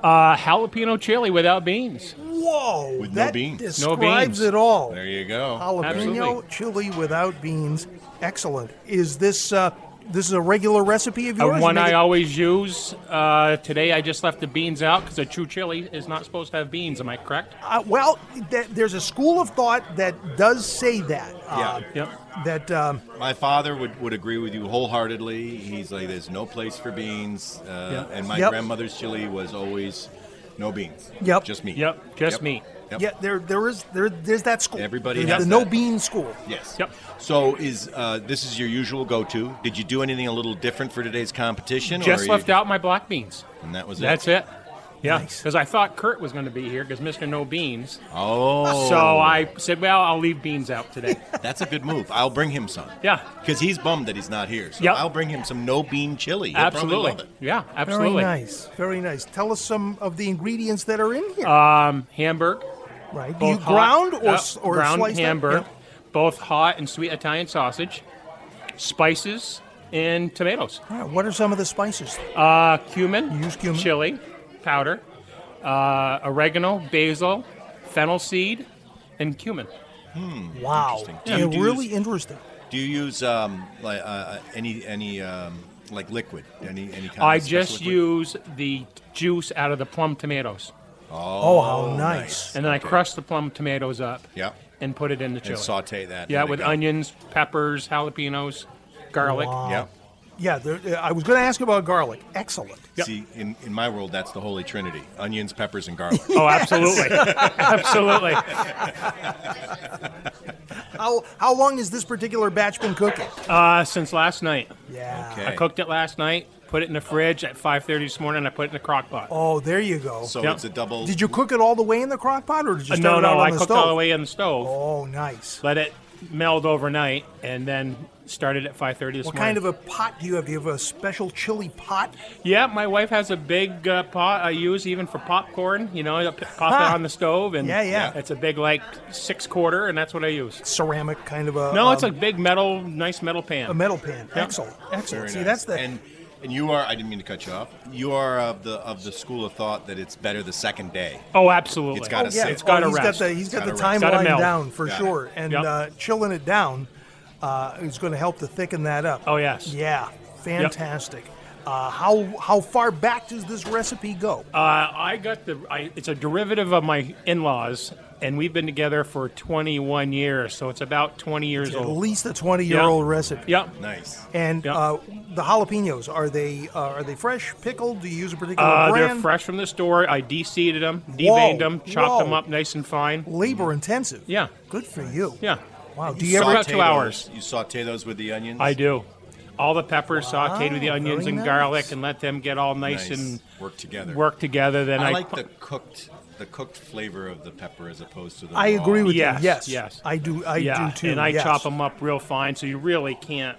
Speaker 6: Uh, jalapeno chili without beans.
Speaker 3: Whoa,
Speaker 5: With no
Speaker 3: that
Speaker 5: beans. No
Speaker 3: describes
Speaker 6: beans.
Speaker 3: it all.
Speaker 5: There you go.
Speaker 3: Jalapeno
Speaker 6: Absolutely.
Speaker 3: chili without beans. Excellent. Is this uh, this is a regular recipe of
Speaker 6: Uh,
Speaker 3: yours?
Speaker 6: one
Speaker 3: You make
Speaker 6: I
Speaker 3: it-
Speaker 6: always use. Uh, today I just left the beans out because a true chili is not supposed to have beans. Am I correct?
Speaker 3: Uh, well, th- there's a school of thought that does say that. Uh,
Speaker 5: Yeah.
Speaker 6: Yep.
Speaker 3: That um,
Speaker 5: My father would, would agree with you wholeheartedly. He's like, there's no place for beans. Uh,
Speaker 6: Yeah.
Speaker 5: And my
Speaker 3: Yep.
Speaker 5: grandmother's chili was always no beans.
Speaker 3: Yep.
Speaker 5: Just meat.
Speaker 6: Yep, just meat.
Speaker 5: Yep.
Speaker 3: yeah, there there is there there's that school.
Speaker 5: Everybody
Speaker 3: there's
Speaker 5: has
Speaker 3: the no
Speaker 5: that.
Speaker 3: bean school.
Speaker 5: Yes.
Speaker 6: Yep.
Speaker 5: So is uh, this is your usual go-to? Did you do anything a little different for today's competition?
Speaker 6: Just
Speaker 5: or
Speaker 6: left
Speaker 5: you,
Speaker 6: out my black beans.
Speaker 5: And that was
Speaker 6: That's
Speaker 5: it.
Speaker 6: it. Yeah,
Speaker 3: Nice.
Speaker 6: because I thought Kurt was going to be here because Mr. No Beans.
Speaker 5: Oh.
Speaker 6: So I said, well, I'll leave beans out today.
Speaker 5: That's a good move. I'll bring him some.
Speaker 6: Yeah.
Speaker 5: Because he's bummed that he's not here. So
Speaker 6: Yep.
Speaker 5: I'll bring him some no bean chili. He'll probably
Speaker 6: absolutely.
Speaker 5: love it.
Speaker 6: Yeah,
Speaker 3: Very
Speaker 6: absolutely.
Speaker 3: nice, very nice. Tell us some of the ingredients that are in here.
Speaker 6: Hamburg,
Speaker 3: right? Do you
Speaker 6: Uh, both hot-
Speaker 3: ground or
Speaker 6: uh,
Speaker 3: s- or
Speaker 6: ground
Speaker 3: slice
Speaker 6: hamburger,
Speaker 3: That? Yeah.
Speaker 6: both hot and sweet Italian sausage, spices and tomatoes,
Speaker 3: All right, what are some of the spices?
Speaker 6: uh, cumin,
Speaker 3: Use cumin.
Speaker 6: chili powder, uh, oregano, basil, fennel seed, and cumin.
Speaker 3: Wow,
Speaker 5: interesting. Do
Speaker 3: yeah,
Speaker 5: you do
Speaker 3: really
Speaker 5: s-
Speaker 3: interesting.
Speaker 5: Do you use um, like, uh, uh, any any um, like liquid? Any any kind
Speaker 6: I
Speaker 5: of special
Speaker 6: just
Speaker 5: liquid?
Speaker 6: use the juice out of the plum tomatoes,
Speaker 3: Oh, how nice.
Speaker 6: and then I
Speaker 5: Okay.
Speaker 6: crush the plum tomatoes up.
Speaker 5: Yep.
Speaker 6: And put it in the chili.
Speaker 5: and saute that.
Speaker 6: yeah,
Speaker 5: Let it
Speaker 6: with
Speaker 5: go.
Speaker 6: onions, peppers, jalapenos, garlic.
Speaker 5: Yep.
Speaker 3: Yeah, there, uh, I was going to ask about garlic. Excellent.
Speaker 6: Yep.
Speaker 5: See, in, in my world, that's the holy trinity: onions, peppers, and garlic.
Speaker 6: Oh, absolutely, absolutely.
Speaker 3: How how long has this particular batch been cooking?
Speaker 6: Uh, since last night.
Speaker 3: Yeah.
Speaker 5: Okay.
Speaker 6: I cooked it last night, put it in the fridge at 5:30 this morning. and I put it in the crock pot.
Speaker 3: Oh, there you go.
Speaker 5: So
Speaker 6: Yep.
Speaker 5: it's a double.
Speaker 3: Did you cook it all the way in the crock pot, or did you
Speaker 6: Uh,
Speaker 3: start
Speaker 6: no,
Speaker 3: it out
Speaker 6: no,
Speaker 3: on
Speaker 6: I
Speaker 3: the
Speaker 6: cooked
Speaker 3: stove?
Speaker 6: all the way in the stove.
Speaker 3: Oh, nice.
Speaker 6: Let it meld overnight, and then started at 5:30 this
Speaker 3: What
Speaker 6: morning.
Speaker 3: kind of a pot do you have? Do you have a special chili pot?
Speaker 6: yeah, my wife has a big uh, pot I use even for popcorn. You know, I p- pop
Speaker 3: Huh.
Speaker 6: it on the stove, and
Speaker 3: Yeah, yeah.
Speaker 6: it's a big like six quarter, and that's what I use.
Speaker 3: Ceramic kind of a.
Speaker 6: No, it's a
Speaker 3: um,
Speaker 6: big metal, nice metal pan.
Speaker 3: a metal pan.
Speaker 6: Yeah.
Speaker 3: Excellent, excellent.
Speaker 5: Very
Speaker 3: See,
Speaker 5: nice.
Speaker 3: that's the.
Speaker 5: and and you are. I didn't mean to cut you off. You are of the of the school of thought that it's better the second day.
Speaker 6: oh, absolutely.
Speaker 5: It's gotta
Speaker 3: yeah,
Speaker 5: sit.
Speaker 6: it's got
Speaker 3: oh,
Speaker 6: to
Speaker 3: he's
Speaker 6: rest.
Speaker 3: got the he's got the
Speaker 5: Gotta rest.
Speaker 6: Gotta
Speaker 3: timeline
Speaker 6: melt.
Speaker 3: down for
Speaker 5: Got it.
Speaker 3: sure, and
Speaker 6: Yep.
Speaker 3: uh, chilling it down uh, is going to help to thicken that up.
Speaker 6: Oh, yes.
Speaker 3: Yeah, fantastic. Uh, how how far back does this recipe go?
Speaker 6: Uh, I got the. I, it's a derivative of my in-laws and we've been together for 21 years, so it's about 20 years
Speaker 3: At
Speaker 6: old.
Speaker 3: least a 20 year old
Speaker 6: Yeah.
Speaker 3: recipe.
Speaker 6: Yep.
Speaker 5: Nice.
Speaker 3: And
Speaker 6: Yeah.
Speaker 3: uh, the jalapenos are they uh, are they fresh pickled? Do you use a particular
Speaker 6: Uh,
Speaker 3: brand?
Speaker 6: they're fresh from the store. I de-seeded them, deveined them, chopped them
Speaker 3: whoa.
Speaker 6: up nice and fine.
Speaker 3: Labor intensive.
Speaker 6: Yeah.
Speaker 3: Good for you.
Speaker 6: Yeah,
Speaker 3: Wow. Do
Speaker 5: You
Speaker 3: you ever?
Speaker 6: about
Speaker 5: saute
Speaker 6: two hours.
Speaker 5: those- You saute those with the onions.
Speaker 6: I do. All the peppers sautéed with the
Speaker 3: Wow,
Speaker 6: onions
Speaker 3: very
Speaker 6: and
Speaker 3: nice.
Speaker 6: garlic, and let them get all nice,
Speaker 5: Nice.
Speaker 6: and
Speaker 5: Work together.
Speaker 6: Work together. Then I,
Speaker 5: I like
Speaker 6: pu-
Speaker 5: the cooked the cooked flavor of the pepper as opposed to the.
Speaker 3: I
Speaker 5: raw.
Speaker 3: agree with
Speaker 6: Yes,
Speaker 3: you. Yes.
Speaker 6: yes.
Speaker 3: I do. I do
Speaker 6: yeah,
Speaker 3: too.
Speaker 6: and I
Speaker 3: yes.
Speaker 6: chop them up real fine, so you really can't.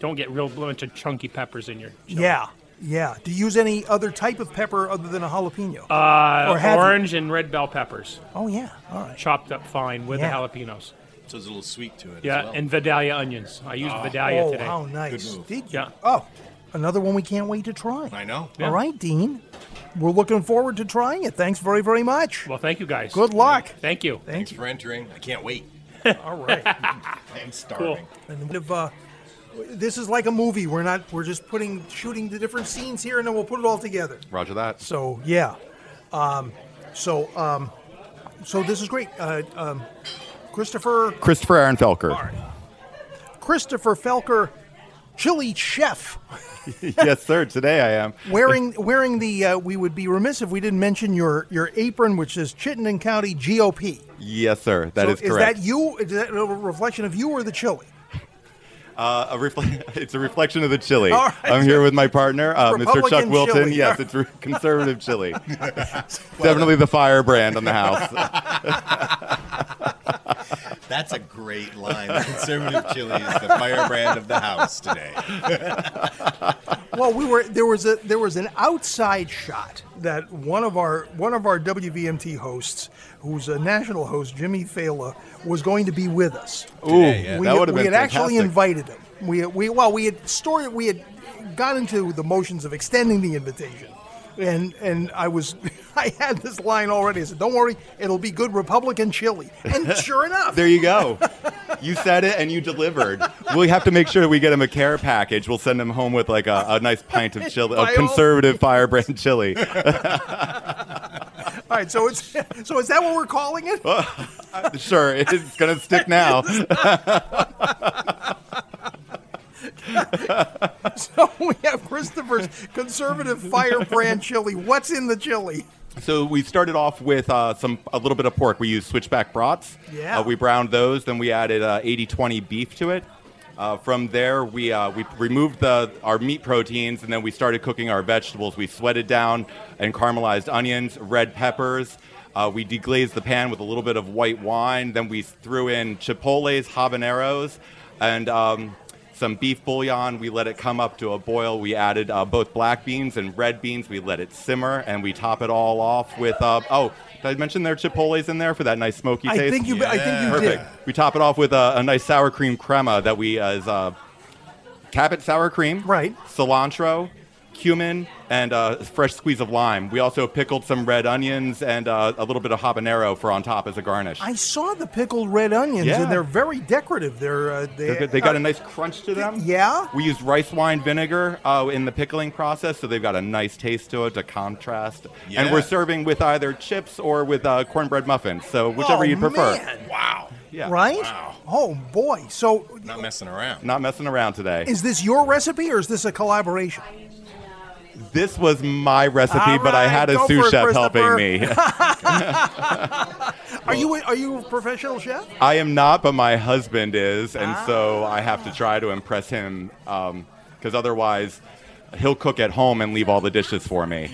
Speaker 6: Don't get real bunch of chunky peppers in your. chili.
Speaker 3: Yeah. Yeah. Do you use any other type of pepper other than a jalapeno?
Speaker 6: Uh,
Speaker 3: Or have you?
Speaker 6: orange and red bell peppers,
Speaker 3: oh yeah. All right.
Speaker 6: chopped up fine with
Speaker 3: Yeah.
Speaker 6: the jalapenos.
Speaker 5: So it's a little sweet to it.
Speaker 6: Yeah,
Speaker 5: as well.
Speaker 6: and Vidalia onions. I used Vidalia
Speaker 3: Oh,
Speaker 6: today.
Speaker 3: how nice.
Speaker 5: move.
Speaker 3: Did you?
Speaker 6: Yeah.
Speaker 3: Oh, another one we can't wait to try.
Speaker 5: I know.
Speaker 6: Yeah.
Speaker 3: All right, Dean. We're looking forward to trying it. Thanks very, very much.
Speaker 6: Well, thank you guys.
Speaker 3: Good luck.
Speaker 6: Thank you.
Speaker 5: Thanks for entering. I can't wait.
Speaker 3: All right.
Speaker 5: I'm starving.
Speaker 3: And if, uh, this is like a movie. We're not. We're just putting shooting the different scenes here, and then we'll put it all together.
Speaker 1: Roger that.
Speaker 3: So yeah. Um, so um, so this is great. Uh, um, Christopher
Speaker 1: Christopher Aaron Felker.
Speaker 3: Christopher Felker, chili chef,
Speaker 1: yes, sir. Today I am.
Speaker 3: wearing wearing the. Uh, we would be remiss if we didn't mention your your apron, which is Chittenden County GOP.
Speaker 1: Yes, sir. That
Speaker 3: so
Speaker 1: is correct.
Speaker 3: Is that you? Is that a reflection of you or the chili?
Speaker 1: Uh, a refle- it's a reflection of the chili.
Speaker 3: All right.
Speaker 1: I'm here with my partner, uh, Mr. Chuck
Speaker 3: Republican
Speaker 1: Wilton.
Speaker 3: chili.
Speaker 1: Yes, it's re- conservative chili. Definitely the fire brand on the house.
Speaker 5: That's a great line. The conservative chili is the firebrand of the house today.
Speaker 3: well, we were there was a there was an outside shot that one of our one of our WVMT hosts, who's a national host, Jimmy Fela, was going to be with us.
Speaker 1: Ooh,
Speaker 5: yeah.
Speaker 1: that would have
Speaker 3: we
Speaker 1: been
Speaker 3: had actually
Speaker 1: fantastic.
Speaker 3: invited him. We we well we had story we had got into the motions of extending the invitation, and and I was I had this line already. I said, "Don't worry, it'll be good Republican chili." And sure enough,
Speaker 1: There you go. You said it and you delivered. We have to make sure we get him a care package. We'll send him home with like a, a nice pint of
Speaker 3: By
Speaker 1: chili, a
Speaker 3: all
Speaker 1: conservative firebrand chili.
Speaker 3: all right. So it's so is that what we're calling it?
Speaker 1: Sure, it's gonna stick now.
Speaker 3: So we have Christopher's conservative firebrand chili. What's in the chili?
Speaker 1: So we started off with uh, some a little bit of pork. We used switchback brats.
Speaker 3: Yeah.
Speaker 1: Uh, we browned those. Then we added uh, 80-20 beef to it. Uh, from there, we uh, we removed the our meat proteins, and then we started cooking our vegetables. We sweated down and caramelized onions, red peppers. Uh, we deglazed the pan with a little bit of white wine. Then we threw in chipotles, habaneros, and um, some beef bouillon. We let it come up to a boil. We added uh, both black beans and red beans. We let it simmer, and we top it all off with uh, oh, did I mention there are chipotles in there for that nice smoky
Speaker 3: I
Speaker 1: taste?
Speaker 3: think you. I think you
Speaker 1: Perfect.
Speaker 3: did.
Speaker 1: We top it off with a, a nice sour cream crema that we uh, is uh, Cabot sour cream,
Speaker 3: Right.
Speaker 1: Cilantro, cumin, and uh, fresh squeeze of lime. We also pickled some red onions and uh, a little bit of habanero for on top as a garnish.
Speaker 3: I saw the pickled red onions,
Speaker 1: Yeah.
Speaker 3: and they're very decorative. They're uh, they,
Speaker 1: They're good. They got a nice crunch to them.
Speaker 3: yeah.
Speaker 1: We used rice wine vinegar uh, in the pickling process, so they've got a nice taste to it to contrast. And
Speaker 5: Yeah.
Speaker 1: we're serving with either chips or with uh, cornbread muffins, so whichever
Speaker 3: Oh,
Speaker 1: you'd prefer.
Speaker 3: man.
Speaker 5: Wow.
Speaker 1: Yeah.
Speaker 3: Right?
Speaker 5: Wow.
Speaker 3: Oh boy. So
Speaker 5: Not messing around.
Speaker 1: Not messing around today.
Speaker 3: is this your recipe or is this a collaboration?
Speaker 1: this was my recipe,
Speaker 3: All
Speaker 1: but I had
Speaker 3: right,
Speaker 1: a
Speaker 3: go for
Speaker 1: sous
Speaker 3: it,
Speaker 1: chef helping
Speaker 3: Christopher.
Speaker 1: me.
Speaker 3: are you a, are you a professional chef?
Speaker 1: I am not, but my husband is, and
Speaker 3: Ah.
Speaker 1: so I have to try to impress him because otherwise he'll cook at home and leave all the dishes for me.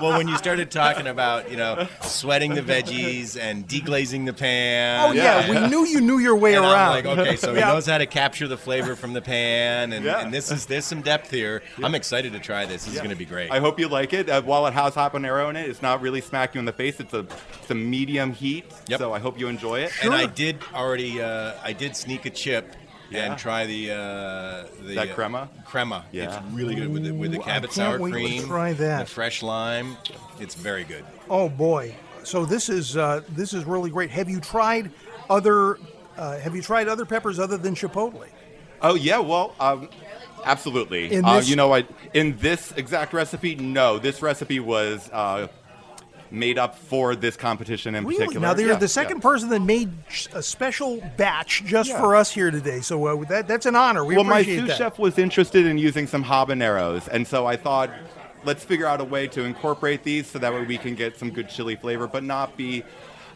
Speaker 5: Well, when you started talking about, you know, sweating the veggies and deglazing the pan.
Speaker 1: Uh,
Speaker 3: Oh yeah, we knew you knew your way
Speaker 5: and
Speaker 3: around.
Speaker 5: I'm like, okay, so he
Speaker 3: Yeah.
Speaker 5: knows how to capture the flavor from the pan, and,
Speaker 1: Yeah.
Speaker 5: and this is there's some depth here. I'm excited to try this. This is going to be great.
Speaker 1: I hope you like it. Uh, while it has habanero in it, it's not really smack you in the face. It's a it's a medium heat,
Speaker 5: Yep.
Speaker 1: so I hope you enjoy it.
Speaker 5: And I did already, uh, I did sneak a chip
Speaker 1: Yeah.
Speaker 5: and try the uh, the
Speaker 1: That crema?
Speaker 5: Crema.
Speaker 1: Yeah.
Speaker 5: It's really good with the, with the
Speaker 3: Ooh, I
Speaker 5: cabbit
Speaker 3: can't
Speaker 5: sour
Speaker 3: wait to
Speaker 5: cream.
Speaker 3: try that.
Speaker 5: The fresh lime. It's very good.
Speaker 3: Oh boy. So this is uh, this is really great. Have you tried other uh, have you tried other peppers other than chipotle?
Speaker 1: Oh yeah, well, um, absolutely.
Speaker 3: In
Speaker 1: uh,
Speaker 3: this-
Speaker 1: you know, I in this exact recipe, no, this recipe was uh, made up for this competition in
Speaker 3: Really?
Speaker 1: particular.
Speaker 3: Now they're
Speaker 1: Yeah,
Speaker 3: the second
Speaker 1: yeah.
Speaker 3: person that made sh- a special batch just
Speaker 1: Yeah.
Speaker 3: for us here today. So uh, that that's an honor. We
Speaker 1: well, my
Speaker 3: appreciate
Speaker 1: sous
Speaker 3: that.
Speaker 1: chef was interested in using some habaneros, and so I thought, let's figure out a way to incorporate these so that way we can get some good chili flavor, but not be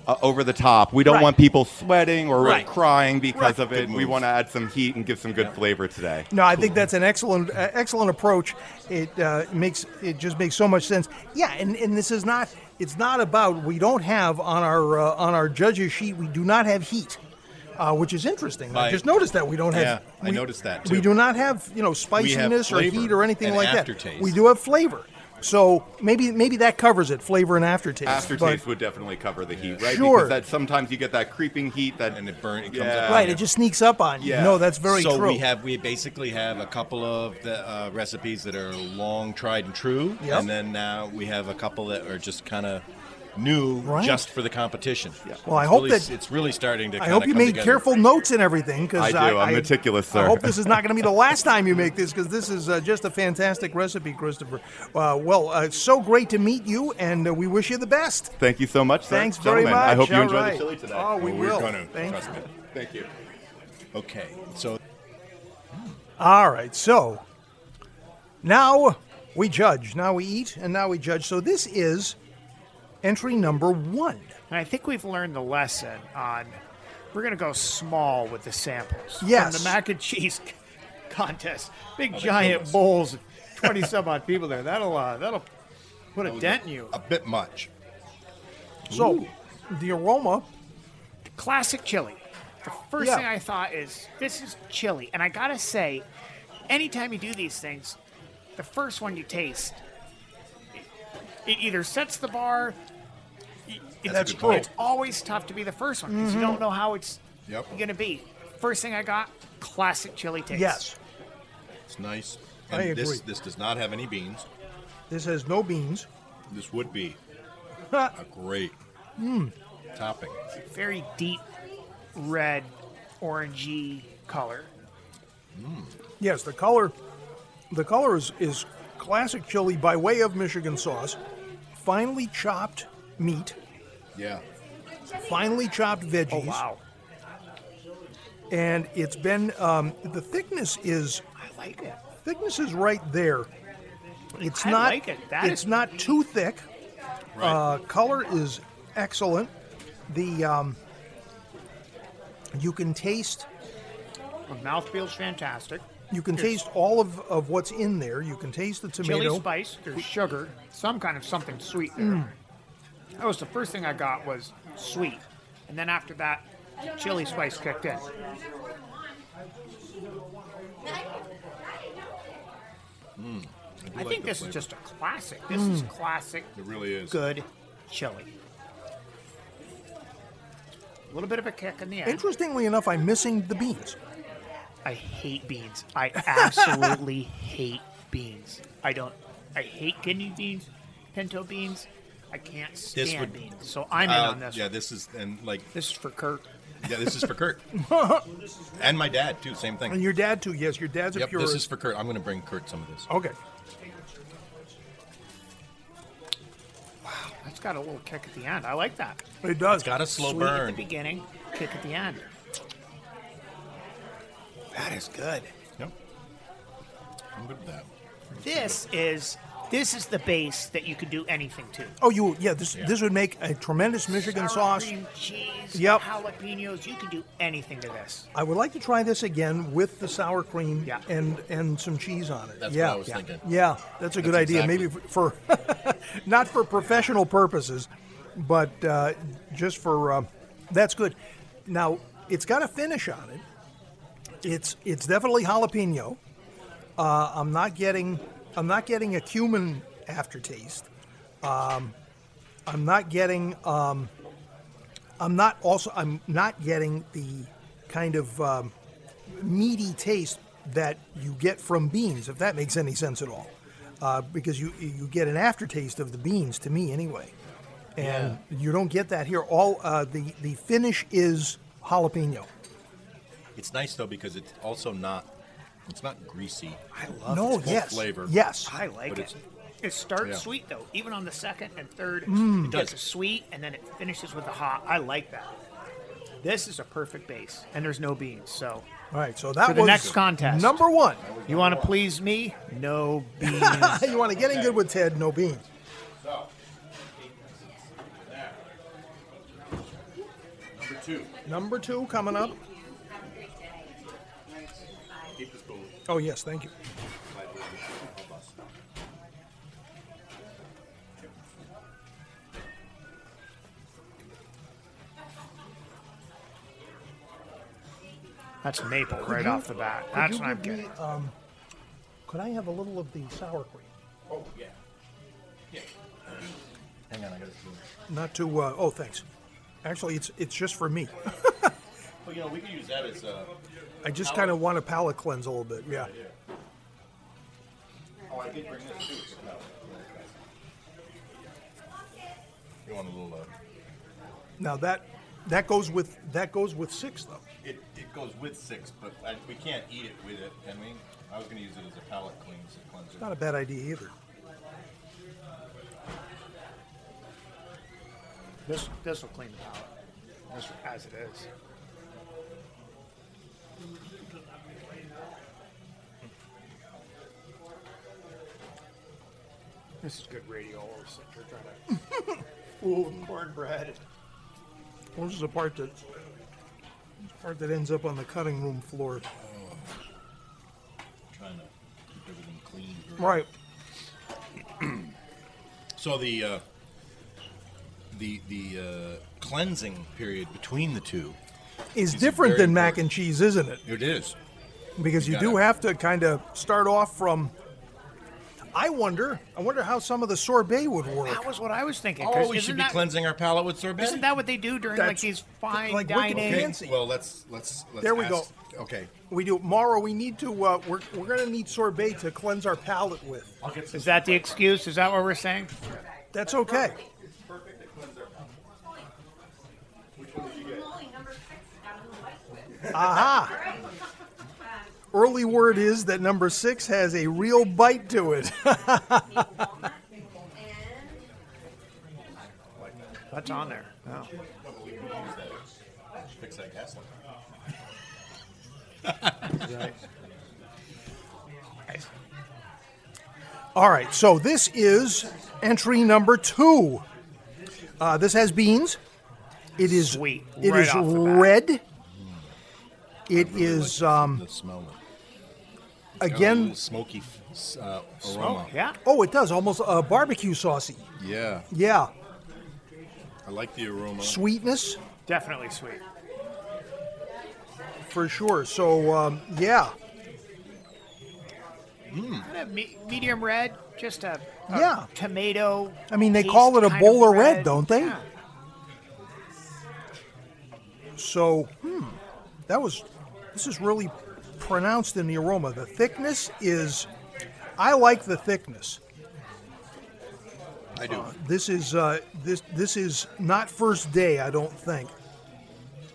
Speaker 1: uh, over the top. We don't
Speaker 3: Right.
Speaker 1: want people sweating or
Speaker 5: Right.
Speaker 1: crying because of it.
Speaker 5: Good
Speaker 1: We
Speaker 5: move.
Speaker 1: want to add some heat and give some good flavor today.
Speaker 3: No, I think that's an excellent, uh, excellent approach. It uh, makes it just makes so much sense. Yeah, and, and this is not. It's not about we don't have on our uh, on our judges sheet. We do not have heat, uh, which is interesting. I
Speaker 5: Right.
Speaker 3: just noticed that we don't have.
Speaker 5: Yeah, I
Speaker 3: we-
Speaker 5: noticed that,
Speaker 3: We
Speaker 5: too.
Speaker 3: do not have you know spiciness or
Speaker 5: flavor
Speaker 3: heat or anything
Speaker 5: and
Speaker 3: like that.
Speaker 5: aftertaste.
Speaker 3: We do have flavor. So maybe maybe that covers it. Flavor and aftertaste. but-
Speaker 1: Aftertaste would definitely cover the heat, right?
Speaker 3: Sure.
Speaker 1: Because that sometimes you get that creeping heat that
Speaker 5: And it burn- it comes
Speaker 1: yeah.
Speaker 5: up on
Speaker 3: right,
Speaker 5: you.
Speaker 3: it just sneaks up on you.
Speaker 1: Um, Yeah.
Speaker 3: No, that's very
Speaker 5: so
Speaker 3: true.
Speaker 5: we have we basically have a couple of the uh, recipes that are long tried and true,
Speaker 3: Yep.
Speaker 5: and then now we have a couple that are just kind of new,
Speaker 3: Right.
Speaker 5: just for the competition.
Speaker 3: Well, I
Speaker 5: It's
Speaker 3: hope
Speaker 5: really-
Speaker 3: that-
Speaker 5: it's really starting to.
Speaker 3: I
Speaker 5: kinda
Speaker 3: hope you
Speaker 5: come
Speaker 3: made
Speaker 5: together.
Speaker 3: careful notes and everything. Cause
Speaker 1: I do. I'm meticulous,
Speaker 3: I
Speaker 1: sir.
Speaker 3: hope this is not going to be the last time you make this because this is uh, just a fantastic recipe, Christopher. Uh, well, uh, it's so great to meet you, and uh, we wish you the best.
Speaker 1: Thank you so much, sir.
Speaker 3: Thanks very
Speaker 1: gentlemen.
Speaker 3: much.
Speaker 1: I hope you
Speaker 3: All
Speaker 1: enjoy
Speaker 3: right.
Speaker 1: the chili today.
Speaker 3: Oh, we
Speaker 5: Well,
Speaker 3: will.
Speaker 5: We're gonna,
Speaker 3: Thank
Speaker 5: trust me.
Speaker 1: Thank you.
Speaker 5: Okay, so
Speaker 3: All right, so now we judge. Now we eat, and now we judge. So this is entry number one.
Speaker 4: And I think we've learned the lesson on we're going to go small with the samples.
Speaker 3: Yes.
Speaker 4: From the mac and cheese c- contest, big giant bowls, 20 some odd people there. That'll uh, that'll put a dent in you.
Speaker 5: a bit much.
Speaker 3: So
Speaker 5: Ooh.
Speaker 3: the aroma,
Speaker 4: Classic chili. The first
Speaker 3: Yeah.
Speaker 4: thing I thought is this is chili. And I got to say, anytime you do these things, the first one you taste, it, it either sets the bar. it- It's,
Speaker 5: That's a good point.
Speaker 4: It's always tough to be the first one because you don't know how it's
Speaker 5: Yep.
Speaker 4: going to be. First thing I got, classic chili taste.
Speaker 3: yes,
Speaker 5: It's nice.
Speaker 3: I
Speaker 5: And this
Speaker 3: agree.
Speaker 5: this does not have any beans.
Speaker 3: this has no beans.
Speaker 5: This would be a great
Speaker 3: Hmm.
Speaker 5: topping.
Speaker 4: Very deep red, orangey color.
Speaker 3: Yes, the color, the color is is classic chili by way of Michigan sauce, finely chopped meat,
Speaker 5: Yeah.
Speaker 3: finely chopped veggies,
Speaker 4: Oh, wow.
Speaker 3: and it's been um, the thickness is
Speaker 4: I like it.
Speaker 3: thickness is right there. It's
Speaker 4: I
Speaker 3: not
Speaker 4: like it. That
Speaker 3: it's
Speaker 4: is-
Speaker 3: not too thick.
Speaker 5: Right.
Speaker 3: Uh, color is excellent. The um, you can taste
Speaker 4: The mouth feels fantastic.
Speaker 3: you can taste all of, of what's in there. You can taste the tomato.
Speaker 4: Chili spice, there's sugar, some kind of something sweet there. That was the first thing I got was sweet. And then after that, chili spice kicked in.
Speaker 5: do
Speaker 4: I
Speaker 5: like
Speaker 4: think
Speaker 5: the
Speaker 4: this
Speaker 5: flavor.
Speaker 4: is just a classic. This is classic,
Speaker 5: It really is.
Speaker 4: good chili. A little bit of a kick in the end.
Speaker 3: Interestingly enough, I'm missing the beans.
Speaker 4: I hate beans. I absolutely hate beans. I don't. I hate kidney beans, pinto beans. I can't stand
Speaker 5: would-
Speaker 4: beans. So I'm in
Speaker 5: Uh,
Speaker 4: on this.
Speaker 5: yeah,
Speaker 4: one.
Speaker 5: this is and like
Speaker 4: This is for Kirk.
Speaker 5: yeah, this is for Kurt and my dad too. Same thing.
Speaker 3: And your dad too. Yes, your dad's a
Speaker 5: Yep,
Speaker 3: purist.
Speaker 5: this is for Kurt. I'm going to bring Kurt some of this.
Speaker 3: okay.
Speaker 4: That's got a little kick at the end. I like that.
Speaker 3: It does.
Speaker 5: It's got a slow
Speaker 4: Sweet at the
Speaker 5: burn.
Speaker 4: beginning, kick at the end. That is good.
Speaker 5: Yep. I'm good with that.
Speaker 4: This is this is the base that you can do anything to.
Speaker 3: oh, you. Yeah. This this would make a tremendous Michigan
Speaker 4: Sour
Speaker 3: sauce.
Speaker 4: cream, cheese,
Speaker 3: Yep.
Speaker 4: jalapenos. You can do anything to this.
Speaker 3: I would like to try this again with the sour cream
Speaker 4: Yeah.
Speaker 3: and and some cheese on it.
Speaker 5: That's
Speaker 3: yeah.
Speaker 5: what I was
Speaker 3: yeah.
Speaker 5: thinking.
Speaker 3: Yeah, that's a good
Speaker 5: That's
Speaker 3: idea.
Speaker 5: exactly-
Speaker 3: Maybe for not for professional purposes, but uh, just for uh, that's good. Now it's got a finish on it. It's it's definitely jalapeno. Uh, I'm not getting I'm not getting a cumin aftertaste. Um, I'm not getting um, I'm not also I'm not getting the kind of um, meaty taste that you get from beans, if that makes any sense at all, uh, because you you get an aftertaste of the beans to me anyway, and you don't get that here. All uh, the the finish is jalapeno.
Speaker 5: It's nice though because it's also not. It's not greasy.
Speaker 4: I love
Speaker 3: no,
Speaker 4: this.
Speaker 5: full
Speaker 3: yes,
Speaker 5: flavor.
Speaker 3: yes,
Speaker 4: I like
Speaker 5: but
Speaker 4: it.
Speaker 5: it's
Speaker 4: It starts
Speaker 5: Yeah.
Speaker 4: sweet though, even on the second and third.
Speaker 3: Mm.
Speaker 4: It does
Speaker 5: does.
Speaker 4: a sweet, and then it finishes with a hot. I like that. This is a perfect base, and there's no beans. So
Speaker 3: All right, so that
Speaker 4: For the
Speaker 3: was
Speaker 4: next contest.
Speaker 3: number one.
Speaker 4: you want to please me? No beans.
Speaker 3: you want to get in good with Ted, no beans.
Speaker 5: Number two.
Speaker 3: Number two coming up. Oh yes, thank you.
Speaker 4: That's maple right off the bat.
Speaker 3: Could
Speaker 4: That's
Speaker 3: you
Speaker 4: what I'm
Speaker 3: give me,
Speaker 4: getting.
Speaker 3: um, could I have a little of the sour cream?
Speaker 5: Oh yeah. Yeah. Hang on, I gotta.
Speaker 3: Not to. Uh, oh, thanks. Actually, it's it's just for me.
Speaker 5: Well, you know, we could use that as. Uh,
Speaker 3: I just kind of want to palate cleanse a little bit. Yeah.
Speaker 5: oh, I did bring this too. You want a little? Uh,
Speaker 3: Now that that goes with that goes with six though.
Speaker 5: it, it goes with six, but I, we can't eat it with it, can we? I was gonna use it as a palate cleanse cleanser.
Speaker 3: Not a bad idea either.
Speaker 4: This this will clean the palate. This as it is. This is good radio. All of a sudden, you're trying to fool cornbread.
Speaker 3: Well, this is the part that this part that ends up on the cutting room floor.
Speaker 5: trying to keep everything clean. here.
Speaker 3: Right.
Speaker 5: So the uh, the the uh, cleansing period between the two.
Speaker 3: Is
Speaker 5: It's
Speaker 3: different
Speaker 5: very
Speaker 3: than mac
Speaker 5: important.
Speaker 3: and cheese, isn't it?
Speaker 5: It is.
Speaker 3: Because you,
Speaker 5: You
Speaker 3: do
Speaker 5: gotta-
Speaker 3: have to kind of start off from. I wonder. I wonder how some of the sorbet would
Speaker 4: That
Speaker 3: work.
Speaker 4: was what I was thinking. 'cause
Speaker 5: Oh, we should
Speaker 4: isn't
Speaker 5: be
Speaker 4: that-
Speaker 5: cleansing our palate with sorbet.
Speaker 4: Isn't that what they do during like
Speaker 3: That's-
Speaker 4: these fine
Speaker 3: like wicked
Speaker 4: dining?
Speaker 5: okay?
Speaker 3: fancy?
Speaker 5: Well, let's let's let's.
Speaker 3: There we
Speaker 5: ask- Okay.
Speaker 3: We do Mara. We need to. Uh, we're we're gonna need sorbet to cleanse our palate with.
Speaker 5: I'll get some
Speaker 4: Is that the excuse? Is that what we're saying?
Speaker 3: That's okay.
Speaker 5: perfect to cleanse our palate.
Speaker 3: Aha. Early word is that number six has a real bite to it.
Speaker 4: That's on there. Oh.
Speaker 5: Fix that gas line.
Speaker 3: All right, so this is entry number two. Uh, this has beans. It is
Speaker 4: Sweet,
Speaker 3: It
Speaker 4: right
Speaker 3: is
Speaker 4: off the bat.
Speaker 3: red. It is um,
Speaker 5: the smell. a
Speaker 3: again.
Speaker 5: little smoky f- uh, aroma.
Speaker 4: Yeah.
Speaker 3: Oh, it does almost a uh, barbecue saucy.
Speaker 5: Yeah,
Speaker 3: Yeah,
Speaker 5: I like the aroma.
Speaker 3: sweetness
Speaker 4: Definitely sweet.
Speaker 3: for sure. So um, yeah,
Speaker 4: Kind of me- medium red, just a, a
Speaker 3: Yeah.
Speaker 4: tomato.
Speaker 3: I mean, they
Speaker 4: paste
Speaker 3: call it a
Speaker 4: kind
Speaker 3: bowl of red, don't they?
Speaker 4: Yeah.
Speaker 3: so hmm, that was. This is really pronounced in the aroma. The thickness is. I like the thickness.
Speaker 5: I do.
Speaker 3: This is uh, this this is not first day. I don't think.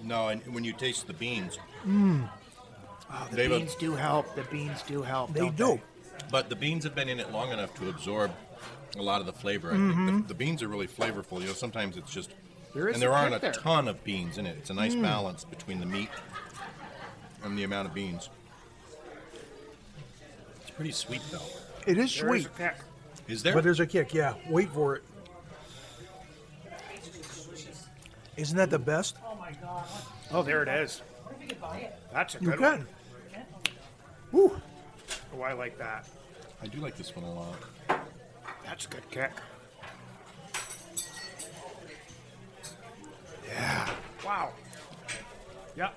Speaker 5: no, and when you taste the beans,
Speaker 4: Oh, the
Speaker 5: They have a-
Speaker 4: beans do help. The beans do help.
Speaker 3: They
Speaker 4: don't
Speaker 3: do.
Speaker 5: but the beans have been in it long enough to absorb a lot of the flavor. I think the, the beans are really flavorful. You know, sometimes it's just
Speaker 4: Mm-hmm. There is
Speaker 5: and there
Speaker 4: a
Speaker 5: aren't a
Speaker 4: kick there. Mm.
Speaker 5: ton of beans in it. It's a nice balance between the meat and the amount of beans. It's pretty sweet though.
Speaker 3: It is
Speaker 4: There is
Speaker 3: sweet,
Speaker 4: a kick.
Speaker 5: Is there?
Speaker 3: but there's a kick. Yeah, wait for it. Isn't that the best?
Speaker 4: Oh, there it is. That's a
Speaker 3: You
Speaker 4: good
Speaker 3: can.
Speaker 4: one.
Speaker 3: Woo.
Speaker 4: Oh, I like that.
Speaker 5: I do like this one a lot.
Speaker 4: That's a good kick. Yeah. Wow. Yep.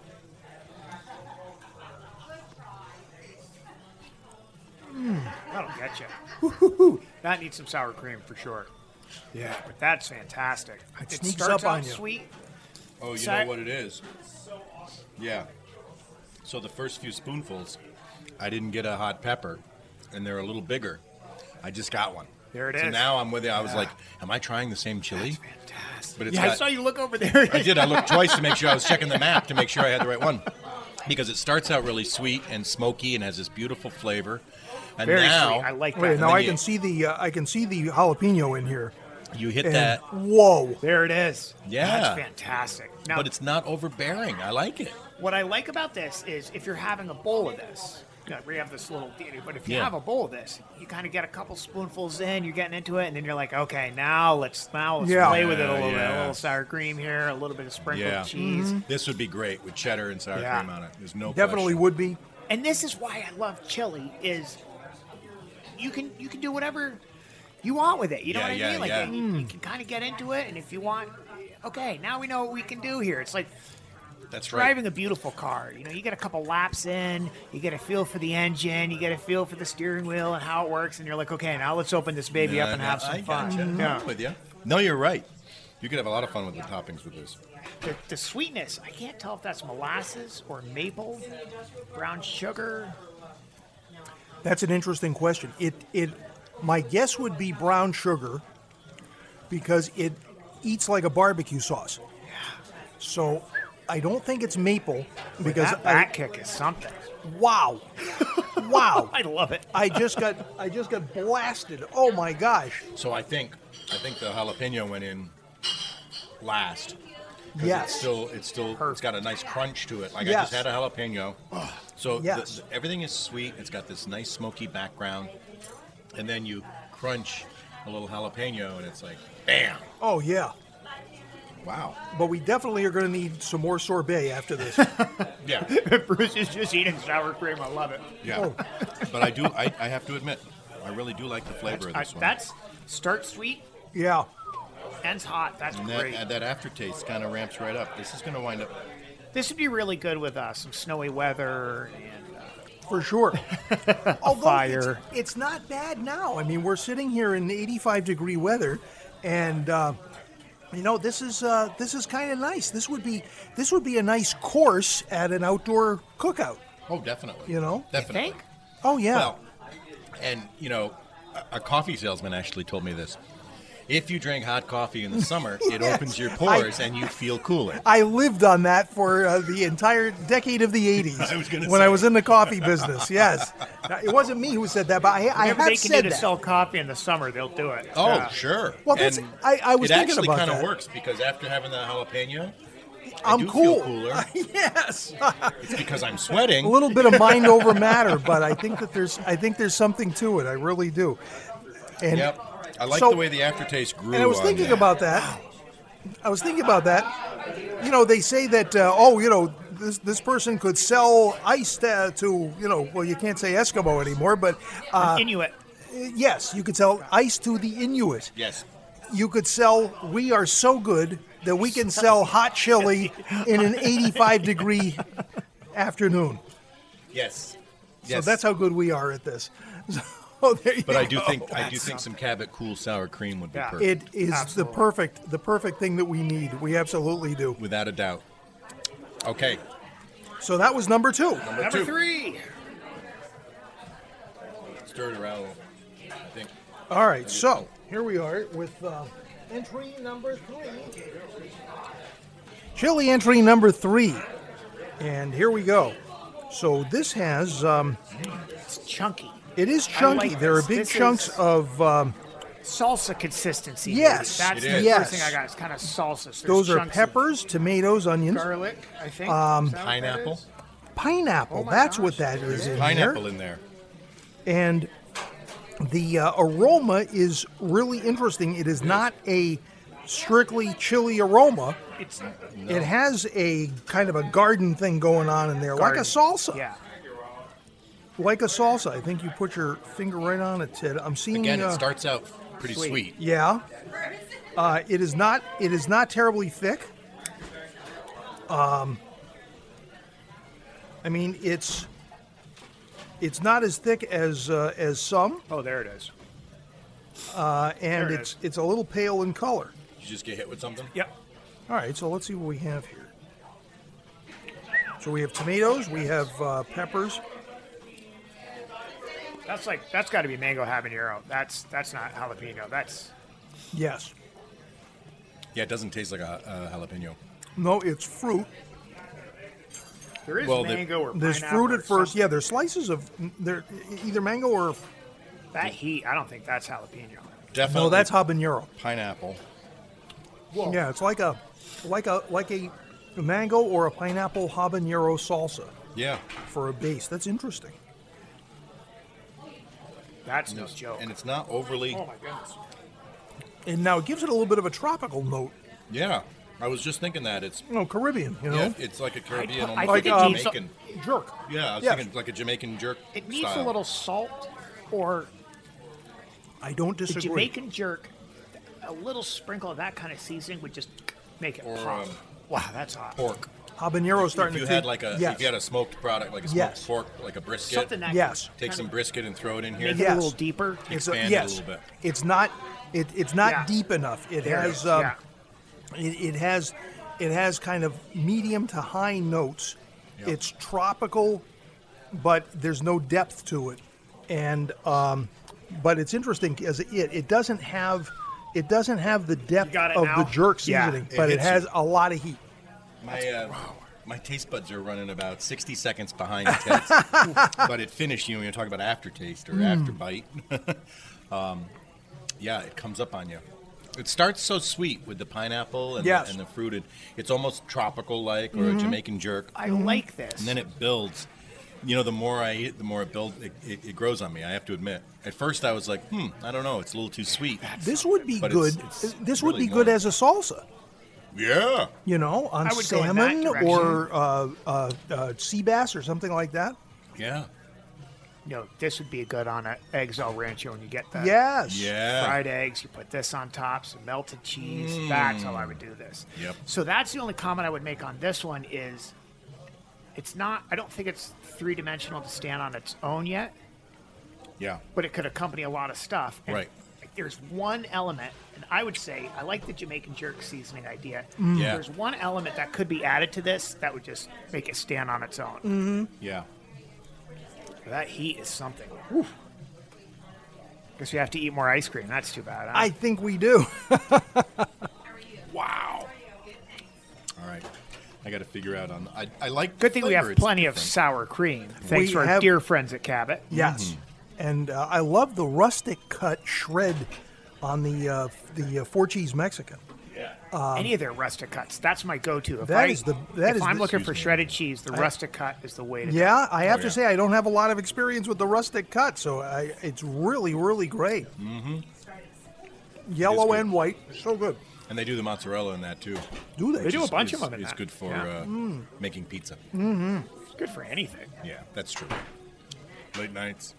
Speaker 4: Hmm. That'll get you. that needs some sour cream for sure. Yeah, but that's fantastic.
Speaker 3: It
Speaker 4: It,
Speaker 3: sneaks
Speaker 4: starts
Speaker 3: up on
Speaker 4: out
Speaker 3: you.
Speaker 4: sweet.
Speaker 5: Oh, you
Speaker 4: Sorry.
Speaker 5: know what it is? Yeah. So the first few spoonfuls, I didn't get a hot pepper, and they're a little bigger. I just got one.
Speaker 4: There it
Speaker 5: so
Speaker 4: is.
Speaker 5: now I'm with you. I was like, am I trying the same chili?
Speaker 4: Fantastic.
Speaker 5: But it's
Speaker 4: Yeah, I
Speaker 5: got-
Speaker 4: saw you look over there.
Speaker 5: I did. I looked twice to make sure I was checking the map to make sure I had the right one. because it starts out really sweet and smoky and has this beautiful flavor. And
Speaker 4: Very
Speaker 5: now
Speaker 4: sweet. I like that.
Speaker 3: Wait, now
Speaker 5: then
Speaker 3: I
Speaker 5: you-
Speaker 3: can see the uh, I can see the jalapeno in here.
Speaker 5: you hit
Speaker 3: And
Speaker 5: that,
Speaker 3: whoa,
Speaker 4: There it is.
Speaker 5: Yeah.
Speaker 4: That's fantastic. Now,
Speaker 5: but it's not overbearing. I like it.
Speaker 4: what I like about this is if you're having a bowl of this, you know, we have this little theater, but if you
Speaker 5: Yeah.
Speaker 4: have a bowl of this, you kind of get a couple spoonfuls in, you're getting into it, and then you're like, okay, now let's now let's
Speaker 3: Yeah.
Speaker 4: play with it a little bit. A
Speaker 5: Yeah.
Speaker 4: little sour cream here, a little bit of sprinkled
Speaker 5: Yeah.
Speaker 4: cheese.
Speaker 5: This would be great with cheddar and sour
Speaker 4: Yeah.
Speaker 5: cream on it. There's no
Speaker 3: definitely
Speaker 5: question.
Speaker 3: would be.
Speaker 4: and this is why I love chili is you can you can do whatever you want with it. You know
Speaker 5: Yeah,
Speaker 4: what I
Speaker 5: yeah,
Speaker 4: mean? Like
Speaker 5: yeah.
Speaker 4: you, you can kind of get into it, and if you want, okay, now we know what we can do here. It's like
Speaker 5: That's right.
Speaker 4: driving a beautiful car. You know, you get a couple laps in, you get a feel for the engine, you get a feel for the steering wheel and how it works, and you're like, okay, now let's open this baby up and
Speaker 5: Uh,
Speaker 4: have some
Speaker 5: I
Speaker 4: fun. Mm-hmm.
Speaker 5: gotcha.
Speaker 3: Mm-hmm.
Speaker 4: Yeah.
Speaker 5: I'm with you. No, you're right. You could have a lot of fun with the toppings with this.
Speaker 4: The, the sweetness, I can't tell if that's molasses or maple, brown sugar.
Speaker 3: That's an interesting question. It it my guess would be brown sugar because it eats like a barbecue sauce. So I don't think it's maple because
Speaker 4: That
Speaker 3: I,
Speaker 4: back kick is something.
Speaker 3: wow. wow.
Speaker 4: I love it.
Speaker 3: I just got I just got blasted. Oh my gosh.
Speaker 5: So I think I think the jalapeno went in last. 'cause
Speaker 3: Yes.
Speaker 5: It's still it's still it's got a nice crunch to it. Like I
Speaker 3: Yes.
Speaker 5: just had a jalapeno. So the-
Speaker 3: Yes.
Speaker 5: the- everything is sweet. It's got this nice smoky background, and then you crunch a little jalapeno, and it's like bam!
Speaker 3: Oh yeah.
Speaker 5: Wow.
Speaker 3: But we definitely are going to need some more sorbet after this.
Speaker 5: Yeah.
Speaker 4: Bruce is just eating sour cream. I love it.
Speaker 5: Yeah.
Speaker 3: Oh.
Speaker 5: But I do I, I have to admit I really do like the flavor of
Speaker 4: I-
Speaker 5: this one.
Speaker 4: that's start sweet,
Speaker 3: Yeah.
Speaker 4: ends hot. That's
Speaker 5: and
Speaker 4: great.
Speaker 5: that, that aftertaste kind of ramps right up. This is going to wind up
Speaker 4: this would be really good with uh, some snowy weather and uh,
Speaker 3: For sure. Although
Speaker 4: fire.
Speaker 3: It's, it's not bad now. I mean, we're sitting here in 85 degree weather, and uh, you know this is uh, this is kind of nice. This would be this would be a nice course at an outdoor cookout.
Speaker 5: Oh, definitely.
Speaker 3: You know?
Speaker 5: definitely.
Speaker 4: think.
Speaker 3: Oh yeah.
Speaker 5: Well, and you know, a, a coffee salesman actually told me this. If you drink hot coffee in the summer, it
Speaker 3: Yes.
Speaker 5: opens your pores and you feel cooler.
Speaker 3: I lived on that for uh, the entire decade of the 80s
Speaker 5: I was gonna
Speaker 3: when I
Speaker 5: say.
Speaker 3: was in the coffee business. Yes. Now, it wasn't me who said that, but I, I have
Speaker 4: Whatever they can do
Speaker 3: said
Speaker 4: to
Speaker 3: that.
Speaker 4: sell coffee in the summer, they'll do it. Uh,
Speaker 5: Oh,
Speaker 4: Yeah.
Speaker 5: sure.
Speaker 3: Well, that's-
Speaker 5: And
Speaker 3: I- I was
Speaker 5: it
Speaker 3: thinking
Speaker 5: actually
Speaker 3: about
Speaker 5: kinda
Speaker 3: that.
Speaker 5: works because after having that jalapeno, I
Speaker 3: I'm
Speaker 5: do
Speaker 3: cool.
Speaker 5: feel cooler.
Speaker 3: yes.
Speaker 5: It's because I'm
Speaker 3: a
Speaker 5: sweating.
Speaker 3: little bit of mind over matter, but I think that there's I think there's something to it. I really do. And
Speaker 5: Yep. I like
Speaker 3: So-
Speaker 5: the way the aftertaste grew.
Speaker 3: and I was
Speaker 5: on
Speaker 3: thinking
Speaker 5: that.
Speaker 3: about that. I was thinking about that. You know, they say that uh, oh, you know, this this person could sell ice to, to you know, well, you can't say Eskimo anymore, but uh,
Speaker 4: Inuit.
Speaker 3: yes, you could sell ice to the Inuit.
Speaker 5: Yes.
Speaker 3: You could sell. We are so good that we can sell hot chili in an 85 degree afternoon.
Speaker 5: Yes.
Speaker 3: So
Speaker 5: Yes.
Speaker 3: that's how good we are at this. So there you
Speaker 5: But I do
Speaker 3: go.
Speaker 5: think I do think some Cabot Cool Sour Cream would be
Speaker 4: Yeah.
Speaker 5: perfect,
Speaker 3: it is the perfect the perfect thing that we need. We absolutely do.
Speaker 5: without a doubt. Okay.
Speaker 3: So that was number two.
Speaker 4: Number
Speaker 5: two.
Speaker 4: three.
Speaker 5: Stir it around. a little, I think.
Speaker 3: All right, so here we are with uh, entry number three. Chili entry number three, and here we go. So this has um,
Speaker 4: It's chunky.
Speaker 3: it is chunky.
Speaker 4: like
Speaker 3: there are
Speaker 4: this.
Speaker 3: big
Speaker 4: This
Speaker 3: chunks
Speaker 4: is-
Speaker 3: of um,
Speaker 4: Salsa consistency. maybe.
Speaker 3: Yes,
Speaker 4: That's
Speaker 5: it
Speaker 4: the
Speaker 5: is.
Speaker 3: Yes.
Speaker 4: first thing I got. It's kind of salsa. There's
Speaker 3: those are
Speaker 4: chunks of
Speaker 3: peppers, tomatoes, onions,
Speaker 4: garlic, I think. Um,
Speaker 5: Pineapple.
Speaker 3: pineapple.
Speaker 4: Oh my
Speaker 3: That's
Speaker 4: gosh,
Speaker 3: what that
Speaker 4: there
Speaker 3: is in here.
Speaker 5: Pineapple in there.
Speaker 3: and the uh, aroma is really interesting. It is not a strictly chili aroma.
Speaker 4: It's
Speaker 3: It has a kind of a garden thing going on in there, like a salsa.
Speaker 4: Yeah.
Speaker 3: Like a salsa. I think you put your finger right on it, Ted. I'm seeing.
Speaker 5: Again,
Speaker 3: uh,
Speaker 5: it starts out pretty
Speaker 4: Sweet.
Speaker 5: sweet.
Speaker 3: Yeah. Uh, it is not. It is not terribly thick. Um, I mean, it's. It's not as thick as uh, as some,
Speaker 4: Oh, there it is.
Speaker 3: uh, and
Speaker 4: it
Speaker 3: it's
Speaker 4: is.
Speaker 3: it's a little pale in color.
Speaker 5: You just get hit with something.
Speaker 4: Yep.
Speaker 3: All right, so let's see what we have here. So we have tomatoes, we have uh, peppers.
Speaker 4: That's like that's got to be mango habanero. That's that's not jalapeno. That's
Speaker 3: Yes.
Speaker 5: Yeah, it doesn't taste like a, a jalapeno.
Speaker 3: No, it's fruit.
Speaker 4: There is
Speaker 5: Well, the-
Speaker 4: mango or
Speaker 3: There's
Speaker 4: pineapple
Speaker 3: fruit
Speaker 4: or
Speaker 3: at first.
Speaker 4: something.
Speaker 3: Yeah, there's slices of they're either mango or
Speaker 4: That heat, I don't think that's jalapeno.
Speaker 5: Definitely
Speaker 3: no, that's habanero.
Speaker 5: pineapple.
Speaker 3: Yeah, it's like a like a like a mango or a pineapple habanero salsa
Speaker 5: Yeah.
Speaker 3: for a base. That's interesting.
Speaker 4: That's no joke.
Speaker 5: And it's not overly.
Speaker 4: oh my goodness.
Speaker 3: And now it gives it a little bit of a tropical note.
Speaker 5: Yeah. I was just thinking that it's
Speaker 3: You know, Caribbean, you know.
Speaker 5: yeah, it's like a Caribbean,
Speaker 4: I
Speaker 5: almost like
Speaker 4: think it
Speaker 5: a
Speaker 4: needs
Speaker 5: Jamaican.
Speaker 4: some jerk.
Speaker 5: yeah, I was
Speaker 3: Yeah.
Speaker 5: thinking like a Jamaican jerk.
Speaker 4: It needs
Speaker 5: style.
Speaker 4: a little salt or
Speaker 3: I don't
Speaker 4: the
Speaker 3: disagree.
Speaker 4: Jamaican jerk. A little sprinkle of that kind of seasoning would just make it
Speaker 5: Or,
Speaker 4: pop.
Speaker 5: um,
Speaker 4: wow, that's hot.
Speaker 5: pork.
Speaker 3: habanero starting
Speaker 5: if you
Speaker 3: to
Speaker 5: had
Speaker 3: take-
Speaker 5: like a
Speaker 3: yes.
Speaker 5: if you had a smoked product like a smoked
Speaker 3: Yes.
Speaker 5: pork like a brisket,
Speaker 4: Something that
Speaker 3: Yes.
Speaker 4: can
Speaker 5: take
Speaker 4: kind
Speaker 5: some
Speaker 4: of
Speaker 5: brisket and throw it in here.
Speaker 4: Make it
Speaker 3: Yes.
Speaker 4: a little deeper.
Speaker 3: it's
Speaker 5: expand it a
Speaker 3: yes,
Speaker 5: little bit.
Speaker 3: It's not it, it's not
Speaker 4: Yeah.
Speaker 3: deep enough. It
Speaker 4: There it
Speaker 3: has
Speaker 4: is,
Speaker 3: um,
Speaker 4: yeah.
Speaker 3: it, it has it has kind of medium to high notes.
Speaker 5: Yep.
Speaker 3: It's tropical, but there's no depth to it. And um, but it's interesting because it it doesn't have it doesn't have the depth
Speaker 4: got it
Speaker 3: of
Speaker 4: now?
Speaker 3: the jerk
Speaker 4: Yeah.
Speaker 3: seasoning,
Speaker 5: It
Speaker 3: but it
Speaker 5: hits you.
Speaker 3: has a lot of heat.
Speaker 5: My uh, my taste buds are running about 60 seconds behind Ted's, but it finished. You know, you're talking about aftertaste
Speaker 3: Hmm.
Speaker 5: or afterbite. um, yeah, it comes up on you. It starts so sweet with the pineapple and,
Speaker 3: Yes. Mm-hmm.
Speaker 5: the, and the fruited. It's almost tropical like or a Jamaican jerk,
Speaker 4: I like this.
Speaker 5: and then it builds. You know, the more I eat, it, the more it builds. It, it, it grows on me. I have to admit. At first, I was like, hmm, I don't know. It's a little too sweet.
Speaker 3: This would be
Speaker 5: But
Speaker 3: good.
Speaker 5: it's- it's
Speaker 3: this would
Speaker 5: really
Speaker 3: be good
Speaker 5: warm.
Speaker 3: as a salsa.
Speaker 5: Yeah.
Speaker 3: You know, on
Speaker 4: I would go in that
Speaker 3: salmon or uh, uh, uh, sea bass or something like that.
Speaker 5: Yeah.
Speaker 4: no, this would be good on an eggs al rancho when you get that.
Speaker 3: Yes.
Speaker 5: Yeah.
Speaker 4: fried eggs. You put this on top, some melted cheese. That's how I would do this.
Speaker 5: Mm. Yep.
Speaker 4: So that's the only comment I would make on this one is it's not I don't think it's three dimensional to stand on its own yet,
Speaker 5: Yeah.
Speaker 4: but it could accompany a lot of stuff. And
Speaker 5: Right.
Speaker 4: There's one element, and I would say I like the Jamaican jerk seasoning idea.
Speaker 5: Mm. Yeah.
Speaker 4: There's one element that could be added to this that would just make it stand on its own.
Speaker 5: Mm. Yeah.
Speaker 4: That heat is something. Whew. Guess we have to eat more ice cream. That's too bad. Huh?
Speaker 3: I think we do.
Speaker 5: Wow. All right. I got to figure out on. I, I like.
Speaker 4: Good thing we have plenty of sour cream. Thanks
Speaker 3: We
Speaker 4: to our
Speaker 3: have-
Speaker 4: dear friends at Cabot.
Speaker 5: Mm-hmm.
Speaker 3: Yes, and uh, I love the rustic cut shred on the uh, the uh, four cheese Mexican.
Speaker 4: Any of their rustic cuts. That's my go-to. If
Speaker 3: That
Speaker 4: I,
Speaker 3: is the- that
Speaker 4: if
Speaker 3: is
Speaker 4: I'm
Speaker 3: the-
Speaker 4: looking for shredded cheese, the rustic cut is the way to go.
Speaker 3: Yeah, I have
Speaker 5: Oh,
Speaker 3: to
Speaker 5: yeah.
Speaker 3: say I don't have a lot of experience with the rustic cut, so I, it's really really great. Mm-hmm. Yellow
Speaker 5: It is
Speaker 3: and
Speaker 5: good.
Speaker 3: white, so good.
Speaker 5: And they do the mozzarella in that too.
Speaker 3: Do they?
Speaker 4: They do a
Speaker 5: It's-
Speaker 4: bunch of
Speaker 5: it's-
Speaker 4: them in
Speaker 5: It's
Speaker 4: that.
Speaker 5: good for
Speaker 4: Yeah. Mm.
Speaker 5: uh, making pizza.
Speaker 4: It's good for anything.
Speaker 5: Yeah, that's true. Late nights.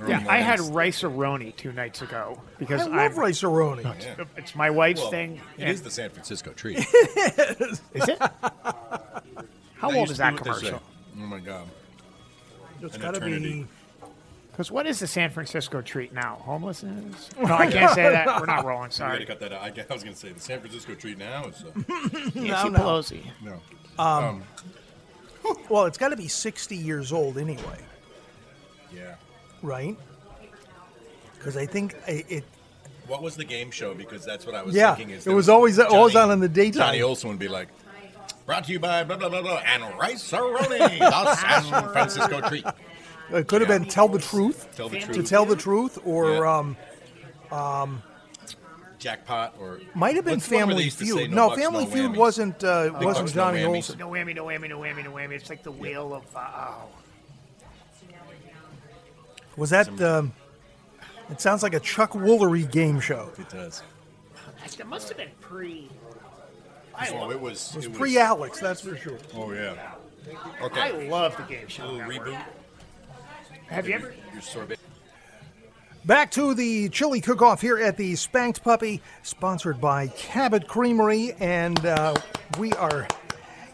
Speaker 5: early
Speaker 4: Yeah, I had
Speaker 5: mornings.
Speaker 4: rice-a-roni two nights ago because
Speaker 3: I love
Speaker 4: I'm-
Speaker 3: rice aroni.
Speaker 5: Yeah.
Speaker 4: It's my wife's
Speaker 5: Well,
Speaker 4: thing.
Speaker 5: It
Speaker 4: and-
Speaker 5: is the San Francisco treat.
Speaker 4: is it? How
Speaker 5: They
Speaker 4: old
Speaker 5: used
Speaker 4: is
Speaker 5: to do
Speaker 4: that
Speaker 5: it this way.
Speaker 4: commercial?
Speaker 5: Oh my god.
Speaker 3: It's
Speaker 5: An
Speaker 3: got to be.
Speaker 5: eternity.
Speaker 4: Because what is the San Francisco treat now? Homelessness? No, I can't say that. We're not rolling.
Speaker 5: I gotta
Speaker 4: Sorry.
Speaker 5: cut that out. I, g- I was gonna say the San Francisco treat now is uh,
Speaker 4: Nancy
Speaker 3: no.
Speaker 4: Pelosi.
Speaker 5: no.
Speaker 4: Um,
Speaker 5: Um,
Speaker 3: Well, it's got to be sixty years old anyway,
Speaker 5: Yeah.
Speaker 3: right? Because I think I- it.
Speaker 5: What was the game show? Because that's what I was
Speaker 3: Yeah,
Speaker 5: thinking. Is
Speaker 3: it
Speaker 5: there
Speaker 3: was always- always on in the daytime.
Speaker 5: Johnny Olson would be like, "Brought to you by blah blah blah blah and rice aroni, the San Francisco treat."
Speaker 3: It could have
Speaker 5: Yeah.
Speaker 3: been tell the truth.
Speaker 5: Tell the
Speaker 3: To
Speaker 5: truth,
Speaker 3: tell the truth, or
Speaker 5: Yeah.
Speaker 3: um,
Speaker 5: jackpot, or
Speaker 3: might have been
Speaker 5: What's the one where they
Speaker 3: Family
Speaker 5: used to
Speaker 3: Feud.
Speaker 5: say,
Speaker 3: no,
Speaker 5: bucks,
Speaker 3: Family Feud
Speaker 5: whammies"?
Speaker 3: wasn't uh,
Speaker 5: Big
Speaker 3: wasn't
Speaker 5: bucks, no
Speaker 3: Johnny
Speaker 5: whammies.
Speaker 3: Olsen.
Speaker 4: No whammy, no whammy, no whammy, no whammy. It's like the wheel of uh, oh.
Speaker 3: Was that? Um, it sounds like a Chuck Woolery game show.
Speaker 5: It does.
Speaker 4: That must have been pre. I
Speaker 5: Oh,
Speaker 4: love,
Speaker 5: it was.
Speaker 3: It was pre Alex, that's for sure.
Speaker 5: Oh yeah.
Speaker 4: I
Speaker 5: Okay.
Speaker 4: love the game show.
Speaker 5: Little
Speaker 4: Network.
Speaker 5: reboot.
Speaker 4: Have you ever?
Speaker 5: Your sorbet.
Speaker 3: Back to the chili cook off here at the Spanked Puppy, sponsored by Cabot Creamery, and uh, we are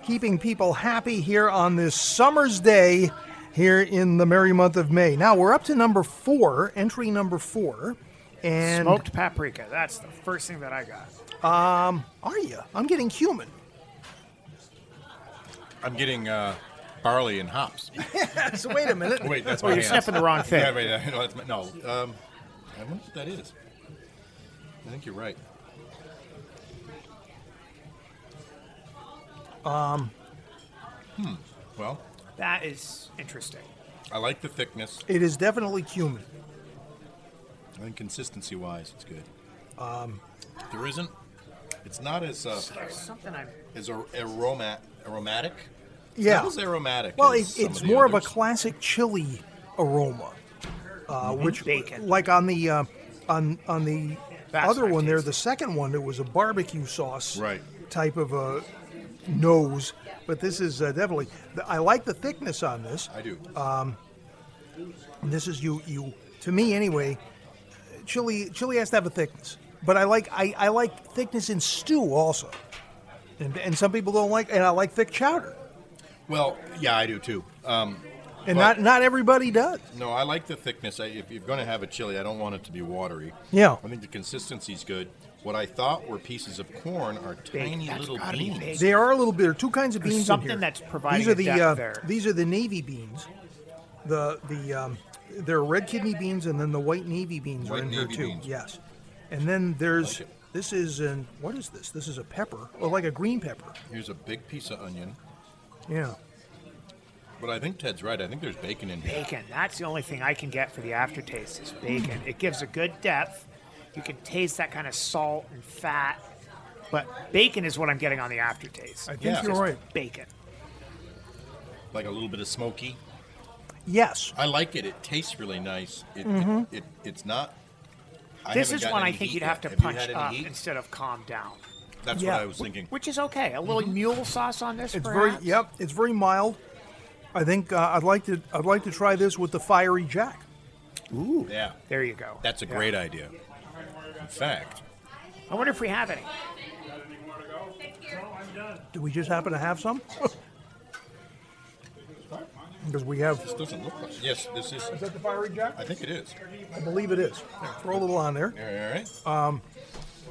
Speaker 3: keeping people happy here on this summer's day here in the merry month of May. Now we're up to number four, entry number four. And
Speaker 4: Smoked paprika. That's the first thing that I got.
Speaker 3: are you? I'm getting human.
Speaker 5: I'm getting uh, barley and hops.
Speaker 3: So wait a minute.
Speaker 5: Oh, wait, that's
Speaker 4: Oh,
Speaker 5: my
Speaker 4: you're
Speaker 5: hands.
Speaker 4: sniffing the wrong thing.
Speaker 5: Yeah, wait. I know that's my, no. Um, I wonder what that is. I think you're right. Um. Hmm. Well,
Speaker 4: That is interesting.
Speaker 5: I like the thickness.
Speaker 3: It is definitely cumin.
Speaker 5: I think consistency wise, it's good. Um, there isn't. It's not as uh,
Speaker 4: There's something I'm.
Speaker 5: as ar- aroma aromatic.
Speaker 3: Yeah.
Speaker 5: Not as aromatic.
Speaker 3: Well,
Speaker 5: as
Speaker 3: it,
Speaker 5: some
Speaker 3: it's
Speaker 5: the
Speaker 3: more of a
Speaker 5: others.
Speaker 3: classic chili aroma, uh, which,
Speaker 4: Bacon.
Speaker 3: like on the uh, on on the
Speaker 4: That's
Speaker 3: other
Speaker 4: what I
Speaker 3: one there,
Speaker 4: tasted.
Speaker 3: the second one, it was a barbecue sauce
Speaker 5: Right.
Speaker 3: type of a nose. But this is uh, definitely. I like the thickness on this.
Speaker 5: I do.
Speaker 3: Uh, And this is you you to me anyway. Chili chili has to have a thickness, but I like I, I like thickness in stew also, and and some people don't like. And I like thick chowder,
Speaker 5: well, yeah, I do too. Um,
Speaker 3: and
Speaker 5: Well-
Speaker 3: not not everybody does.
Speaker 5: no, I like the thickness. I, if you're going to have a chili, I don't want it to be watery.
Speaker 3: Yeah.
Speaker 5: I think the consistency's good. What I thought were pieces of corn are tiny
Speaker 4: That's
Speaker 5: little
Speaker 4: gotta be
Speaker 5: beans.
Speaker 4: big.
Speaker 3: They are a little bit. There are two kinds of
Speaker 4: There's
Speaker 3: beans. in
Speaker 4: something
Speaker 3: here.
Speaker 4: that's providing
Speaker 3: These are
Speaker 4: a
Speaker 3: the
Speaker 4: depth
Speaker 3: uh,
Speaker 4: there.
Speaker 3: these are the navy beans. The the um, there are red kidney beans and then the white navy beans
Speaker 5: White
Speaker 3: are in
Speaker 5: navy
Speaker 3: here too.
Speaker 5: beans.
Speaker 3: Yes, and then
Speaker 5: Like
Speaker 3: there's
Speaker 5: it.
Speaker 3: this is an what is this? This is a pepper or like a green pepper.
Speaker 5: Here's a big piece of onion.
Speaker 3: Yeah.
Speaker 5: But I think Ted's right. I think there's bacon in here.
Speaker 4: Bacon. That's the only thing I can get for the aftertaste is bacon. It gives a good depth. You can taste that kind of salt and fat, but bacon is what I'm getting on the aftertaste.
Speaker 3: I think
Speaker 5: Yeah.
Speaker 3: you're
Speaker 5: Just-
Speaker 3: right.
Speaker 4: Bacon.
Speaker 5: Like a little bit of smoky.
Speaker 3: Yes.
Speaker 5: I like it. It tastes really nice. It, it, it it's not. I
Speaker 4: This
Speaker 5: haven't
Speaker 4: is
Speaker 5: gotten
Speaker 4: one I
Speaker 5: any
Speaker 4: think
Speaker 5: heat
Speaker 4: you'd
Speaker 5: yet.
Speaker 4: have to
Speaker 5: you
Speaker 4: punch
Speaker 5: had any
Speaker 4: up
Speaker 5: heat?
Speaker 4: instead of calm down,
Speaker 5: That's
Speaker 3: Yeah.
Speaker 5: what I was thinking.
Speaker 4: which is okay. A little mule sauce on this,
Speaker 3: Mm-hmm. It's
Speaker 4: perhaps?
Speaker 3: very yep. It's very mild. I think uh, I'd like to I'd like to try this with the fiery jack.
Speaker 4: Ooh.
Speaker 5: Yeah,
Speaker 4: There you go.
Speaker 5: that's a
Speaker 4: Yeah.
Speaker 5: great idea. In fact,
Speaker 4: I wonder if we have any.
Speaker 3: Do we just happen to have some? Because we have.
Speaker 5: this doesn't look like. Yes, this is.
Speaker 3: Is that the fiery jack?
Speaker 5: I think it is.
Speaker 3: I believe it is. Throw a little on there.
Speaker 5: All right.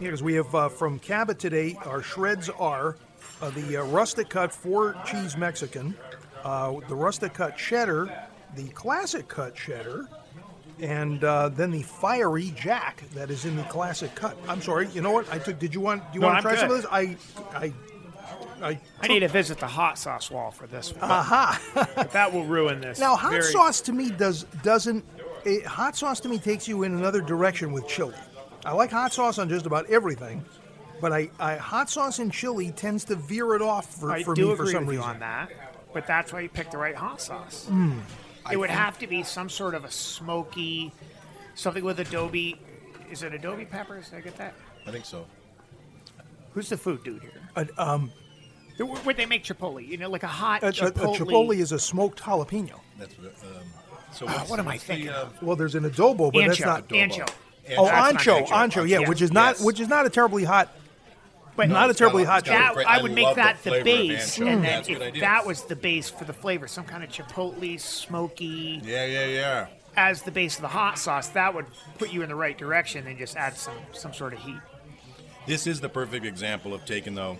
Speaker 3: Yeah, because we have uh, from Cabot today. Our shreds are uh, the uh, rustic cut four cheese Mexican, uh, the rustic cut cheddar, the classic cut cheddar, and uh, then the fiery jack that is in the classic cut. I'm sorry. You know what? I took. Did you want? Do you
Speaker 4: No,
Speaker 3: want to
Speaker 4: I'm
Speaker 3: try some of
Speaker 4: good.
Speaker 3: this? I, I, I.
Speaker 4: I need to visit the hot sauce wall for this one.
Speaker 3: Aha!
Speaker 4: but that will ruin this.
Speaker 3: now hot
Speaker 4: very-
Speaker 3: sauce to me does doesn't. It, hot sauce to me takes you in another direction with chili. I like hot sauce on just about everything, but I, I hot sauce and chili tends to veer it off for,
Speaker 4: I
Speaker 3: for
Speaker 4: do
Speaker 3: me
Speaker 4: agree
Speaker 3: for some
Speaker 4: with
Speaker 3: reason. Hmm.
Speaker 4: you on that, but that's why you picked the right hot sauce. it would have to be some sort of a smoky, something with adobe. Is it adobe peppers? Did I get that?
Speaker 5: I think so.
Speaker 4: Who's the food dude here?
Speaker 3: A, um,
Speaker 4: The- Where they make chipotle, you know, like a hot
Speaker 3: a, a- a
Speaker 4: chipotle.
Speaker 3: chipotle. is a smoked jalapeno.
Speaker 5: That's what. Um, so what's-
Speaker 4: what am I
Speaker 5: what's the,
Speaker 4: thinking
Speaker 5: uh,
Speaker 3: Well, there's an adobo, but that's
Speaker 4: Ancho.
Speaker 3: not.
Speaker 5: adobo?
Speaker 4: Ancho.
Speaker 3: Oh,
Speaker 4: That's not
Speaker 3: ancho,
Speaker 4: adobo.
Speaker 3: ancho, yeah,
Speaker 4: Yeah.
Speaker 3: which is not
Speaker 5: Yes.
Speaker 3: which is not a terribly hot.
Speaker 4: but
Speaker 3: not a
Speaker 5: it's got
Speaker 3: terribly
Speaker 5: it's
Speaker 3: hot
Speaker 5: got a
Speaker 4: that,
Speaker 5: great-
Speaker 4: I would make
Speaker 5: love
Speaker 4: that the,
Speaker 5: flavor of
Speaker 4: base,
Speaker 3: Hmm.
Speaker 5: ancho.
Speaker 4: and
Speaker 5: That's
Speaker 4: then
Speaker 5: a good
Speaker 4: if
Speaker 5: idea.
Speaker 4: that was the base for the flavor, some kind of chipotle, smoky,
Speaker 5: Yeah, yeah, yeah.
Speaker 4: as the base of the hot sauce, that would put you in the right direction and just add some some sort of heat.
Speaker 5: This is the perfect example of taking though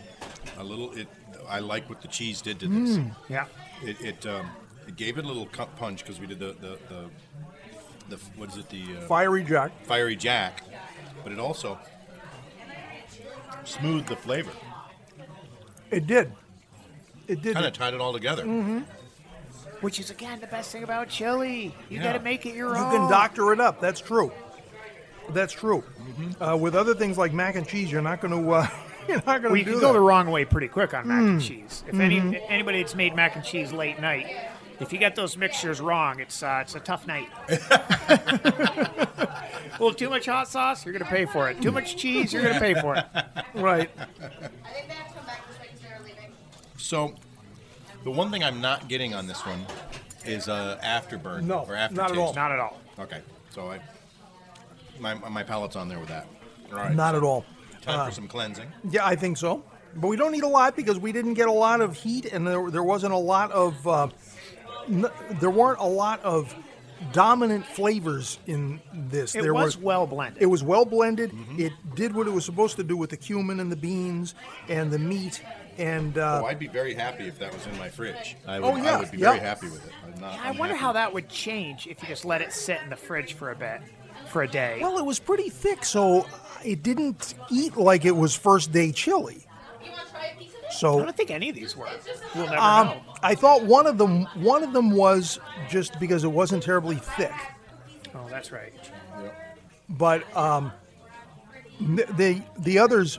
Speaker 5: a little. It. I like what the cheese did to this.
Speaker 4: Yeah.
Speaker 5: It it, um, it gave it a little cu- punch because we did the the, the the what is it the uh,
Speaker 3: Fiery jack.
Speaker 5: fiery jack, but it also smoothed the flavor.
Speaker 3: It did. It did.
Speaker 5: Kind of tied it all together.
Speaker 4: Which is again the best thing about chili. You
Speaker 5: Yeah.
Speaker 4: got to make it your
Speaker 3: You
Speaker 4: own.
Speaker 3: can doctor it up. That's true. That's true. Uh, with other things like mac and cheese, you're not going to uh, you're not going
Speaker 4: Well,
Speaker 3: to
Speaker 4: you
Speaker 3: do Mm. Mm-hmm.
Speaker 4: can
Speaker 3: that.
Speaker 4: go the wrong way pretty quick on mac and cheese. If any anybody that's made mac and cheese late night, if you get those mixtures wrong, it's uh, it's a tough night. well, too much hot sauce, you're gonna pay for it. Too much cheese, you're gonna pay for it.
Speaker 3: right.
Speaker 7: I think they have to come back this way because they're leaving.
Speaker 5: So, the one thing I'm not getting on this one is uh, afterburn
Speaker 3: No,
Speaker 5: or aftertaste.
Speaker 3: not at all.
Speaker 4: Not at all.
Speaker 5: Okay, so I my my palate's on there with that. All right,
Speaker 3: Not uh, at all.
Speaker 5: Time for some cleansing.
Speaker 3: Yeah, I think so. But we don't need a lot because we didn't get a lot of heat, and there, there wasn't a lot of uh, n- there weren't a lot of dominant flavors in this.
Speaker 4: It
Speaker 3: there
Speaker 4: was well blended.
Speaker 3: It was well blended. It did what it was supposed to do with the cumin and the beans and the meat. And uh,
Speaker 5: Oh, I'd be very happy if that was in my fridge. I would,
Speaker 3: Oh, yeah,
Speaker 5: I would be
Speaker 3: yeah.
Speaker 5: very happy with it. I'm not,
Speaker 4: I
Speaker 5: I'm
Speaker 4: wonder
Speaker 5: happy.
Speaker 4: how that would change if you just let it sit in the fridge for a bit, for a day.
Speaker 3: Well, it was pretty thick, so it didn't eat like it was first day chili.
Speaker 7: You want to try a piece of it?
Speaker 4: I
Speaker 3: So
Speaker 4: don't think any of these were. We'll never
Speaker 3: um,
Speaker 4: know.
Speaker 3: I thought one of them one of them was just because it wasn't terribly thick,
Speaker 4: Oh, that's right.
Speaker 3: but um, the, the the others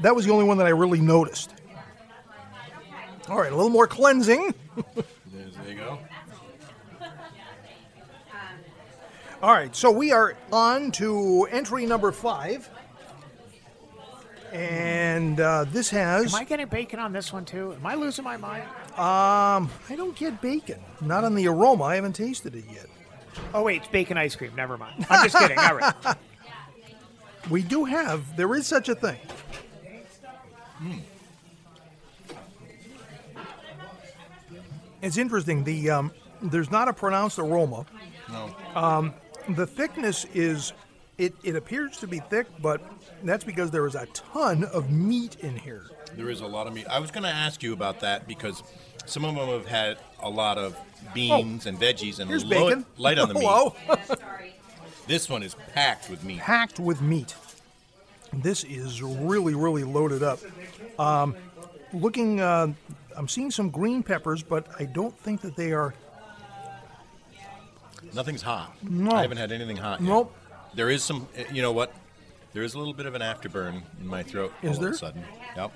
Speaker 3: that was the only one that I really noticed. All right, a little more cleansing.
Speaker 5: There's- There you go.
Speaker 3: All right, so we are on to entry number five, and uh, this has
Speaker 4: Am I getting bacon on this one too? Am I losing my mind?
Speaker 3: I don't get bacon. Not on the aroma. I haven't tasted it yet.
Speaker 4: Oh wait, it's bacon ice cream. Never mind. I'm just kidding. All right.
Speaker 3: We do have. There is such a thing. Hmm. It's interesting. The um, there's not a pronounced aroma.
Speaker 5: No.
Speaker 3: Um, The thickness is. It, it appears to be thick, but that's because there is a ton of meat in here.
Speaker 5: There is a lot of meat. I was going to ask you about that because some of them have had a lot of beans and veggies and
Speaker 3: Here's
Speaker 5: lo-
Speaker 3: bacon.
Speaker 5: light on the
Speaker 3: Hello.
Speaker 5: meat. This one is packed with meat.
Speaker 3: packed with meat. This is really, really loaded up. Um, looking, uh, I'm seeing some green peppers, but I don't think that they are.
Speaker 5: Nothing's hot. No. I haven't had anything hot. Yet.
Speaker 3: Nope.
Speaker 5: There is some. eh, You know what? There is a little bit of an afterburn in my throat.
Speaker 3: Is
Speaker 5: all
Speaker 3: there?
Speaker 5: Of a sudden. Yep.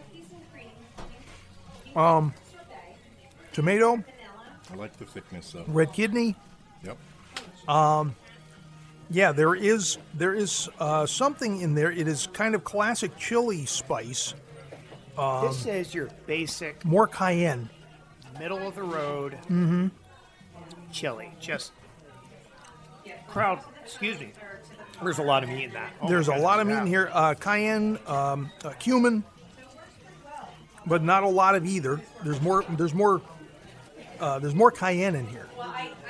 Speaker 3: Tomato,
Speaker 5: I like the thickness though.
Speaker 3: red kidney.
Speaker 5: Yep.
Speaker 3: Yeah, there is there is uh, something in there. It is kind of classic chili spice, Um,
Speaker 4: this is your basic
Speaker 3: more cayenne.
Speaker 4: middle of the road
Speaker 3: Mm-hmm.
Speaker 4: chili. Just crowd. Excuse me. There's a lot of meat in that. Oh my
Speaker 3: There's a
Speaker 4: goodness,
Speaker 3: lot of meat
Speaker 4: yeah.
Speaker 3: in here. Uh, cayenne, um, uh, cumin, but not a lot of either. There's more. There's more. Uh, there's more cayenne in here,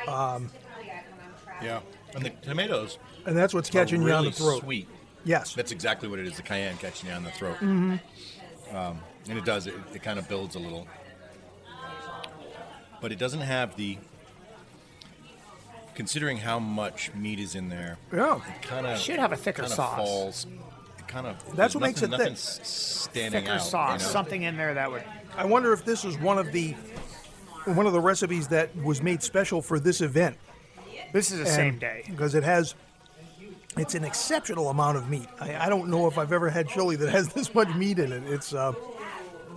Speaker 5: Yeah. And the tomatoes
Speaker 3: and that's what's catching
Speaker 5: are
Speaker 3: you on
Speaker 5: really
Speaker 3: the throat.
Speaker 5: sweet.
Speaker 3: Yes.
Speaker 5: That's exactly what it is. The cayenne catching you on the throat.
Speaker 3: Mm-hmm.
Speaker 5: Um, and it does. It, it kind of builds a little, but it doesn't have the. Considering how much meat is in there,
Speaker 3: Yeah.
Speaker 5: it kind of
Speaker 4: Should have a thicker sauce.
Speaker 5: Falls, it kind of
Speaker 3: That's
Speaker 5: there's
Speaker 3: what makes
Speaker 5: nothing-
Speaker 3: it thick.
Speaker 5: nothing's Standing
Speaker 4: Thicker
Speaker 5: out,
Speaker 4: sauce,
Speaker 5: you know?
Speaker 4: something in there that would.
Speaker 3: I wonder if this is one of the one of the recipes that was made special for this event.
Speaker 4: This is the same day.
Speaker 3: because it has it's an exceptional amount of meat. I, I don't know if I've ever had chili that has this much meat in it. It's uh,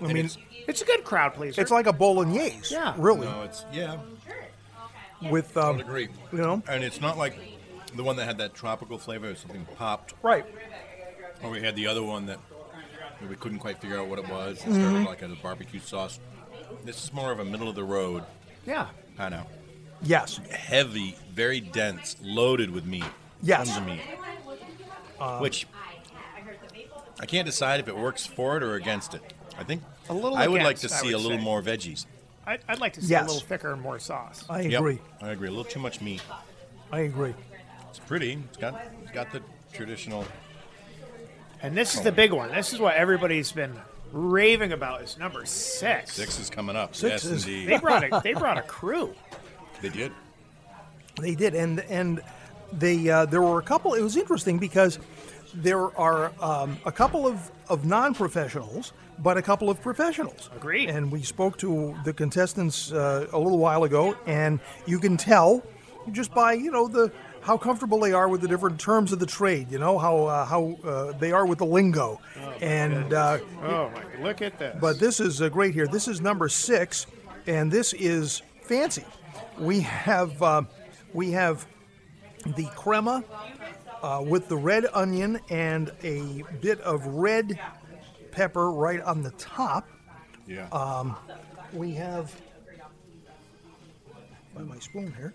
Speaker 3: I mean, it's,
Speaker 5: it's-
Speaker 4: It's a good crowd pleaser.
Speaker 3: like a bolognese,
Speaker 4: Yeah.
Speaker 3: really,
Speaker 5: No, it's yeah.
Speaker 3: with
Speaker 5: I
Speaker 3: um,
Speaker 5: would agree.
Speaker 3: you know,
Speaker 5: and it's not like the one that had that tropical flavor or something popped,
Speaker 3: right.
Speaker 5: or Oh, we had the other one that we couldn't quite figure out what it was.
Speaker 4: Mm-hmm.
Speaker 5: It started like as a barbecue sauce. This is more of a middle of the road
Speaker 4: yeah.
Speaker 5: kind of
Speaker 3: Yes,
Speaker 5: heavy, very dense, loaded with meat.
Speaker 3: Yes.
Speaker 5: tons of meat.
Speaker 4: Um,
Speaker 5: Which I can't decide if it works for it or against it. I think
Speaker 4: A little
Speaker 5: I would like to
Speaker 4: against, I
Speaker 5: see a
Speaker 4: would
Speaker 5: little
Speaker 4: say.
Speaker 5: more veggies.
Speaker 4: I'd, I'd like to see a
Speaker 3: Yes.
Speaker 4: little thicker and more sauce.
Speaker 3: I
Speaker 5: Yep,
Speaker 3: agree.
Speaker 5: I agree. A little too much meat.
Speaker 3: I agree.
Speaker 5: It's pretty. It's got it's got the traditional
Speaker 4: And this is the big one. This is what everybody's been raving about. Is number six.
Speaker 5: Six is coming up.
Speaker 3: Six
Speaker 5: yes,
Speaker 3: is-
Speaker 4: They
Speaker 5: indeed.
Speaker 4: brought a they brought a crew.
Speaker 5: they did.
Speaker 3: They did, and and they uh, there were a couple. It was interesting because there are um, a couple of of non professionals, but a couple of professionals.
Speaker 4: Agreed.
Speaker 3: And we spoke to the contestants uh, a little while ago, and you can tell just by you know the. How comfortable they are with the different terms of the trade, you know how uh, how uh, they are with the lingo, and uh,
Speaker 4: Oh my! Look at this.
Speaker 3: but this is uh, great here. This is number six, and this is fancy. We have uh, we have the crema uh, with the red onion and a bit of red pepper right on the top.
Speaker 5: Yeah.
Speaker 3: We have by my spoon here.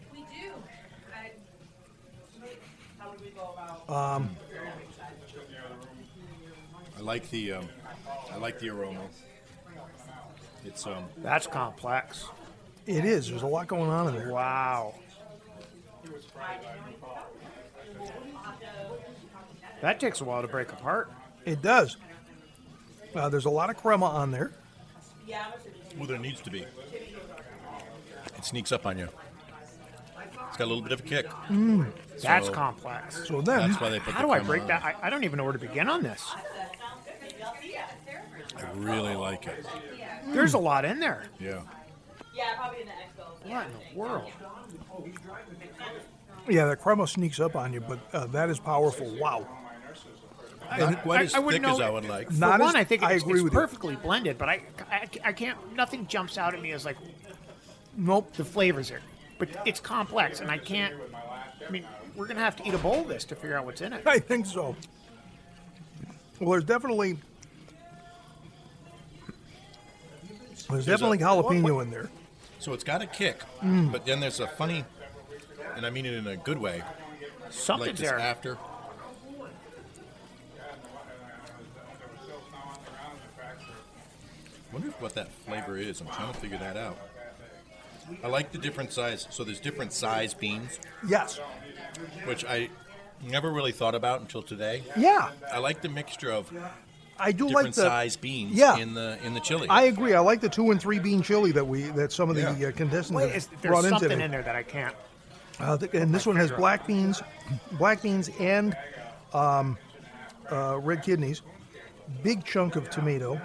Speaker 5: I like the um, I like the aroma. It's um
Speaker 4: that's complex.
Speaker 3: It is. There's a lot going on in there.
Speaker 4: Wow. That takes a while to break apart.
Speaker 3: It does. Uh, there's a lot of crema on there.
Speaker 5: well there needs to be. It sneaks up on you. It's got a little bit of a kick.
Speaker 4: That's
Speaker 5: So-
Speaker 4: complex.
Speaker 3: So then,
Speaker 5: That's why they put
Speaker 4: How
Speaker 5: the
Speaker 4: do I
Speaker 5: crema
Speaker 4: break
Speaker 5: on.
Speaker 4: that? I, I don't even know where to begin on this.
Speaker 5: I really like it.
Speaker 4: There's a lot in there.
Speaker 5: Yeah.
Speaker 7: Yeah, probably in the expo.
Speaker 4: What in the world?
Speaker 3: Yeah, that crema sneaks up on you, but uh, that is powerful. Wow.
Speaker 5: Not quite
Speaker 4: I-
Speaker 5: as
Speaker 4: I
Speaker 5: thick
Speaker 4: wouldn't
Speaker 5: as
Speaker 4: know- Mm.
Speaker 5: I would like.
Speaker 4: For
Speaker 3: Not as-
Speaker 4: one, I think
Speaker 3: I
Speaker 4: it's,
Speaker 3: agree
Speaker 4: it's
Speaker 3: with you.
Speaker 4: perfectly blended, but I, I, I can't. Nothing jumps out at me as like
Speaker 3: Nope.
Speaker 4: the flavors here. But it's complex, and I can't. I mean, we're gonna have to eat a bowl of this to figure out what's in it.
Speaker 3: I think so. Well, there's definitely there's, definitely
Speaker 5: a-
Speaker 3: jalapeno
Speaker 5: what-
Speaker 3: in there.
Speaker 5: So it's got a kick,
Speaker 4: Mm.
Speaker 5: but then there's a funny, and I mean it in a good way, like
Speaker 4: Something's
Speaker 5: this
Speaker 4: there.
Speaker 5: after. Wonder if what that flavor is. I'm trying to figure that out. I like the different size. So there's different size beans,
Speaker 3: Yes.
Speaker 5: which I never really thought about until today.
Speaker 3: Yeah,
Speaker 5: I like the mixture of
Speaker 3: I do
Speaker 5: different
Speaker 3: like the.
Speaker 5: size beans
Speaker 3: Yeah.
Speaker 5: in the in the chili.
Speaker 3: I agree. I like the two and three bean chili that we that some of the
Speaker 5: Yeah.
Speaker 3: uh, contestants
Speaker 4: Wait,
Speaker 3: have
Speaker 4: is,
Speaker 3: brought
Speaker 4: there's
Speaker 3: in
Speaker 4: something
Speaker 3: today.
Speaker 4: in there that I can't.
Speaker 3: Uh, th- and this one has black beans, black beans and um, uh, red kidneys. Big chunk of tomato,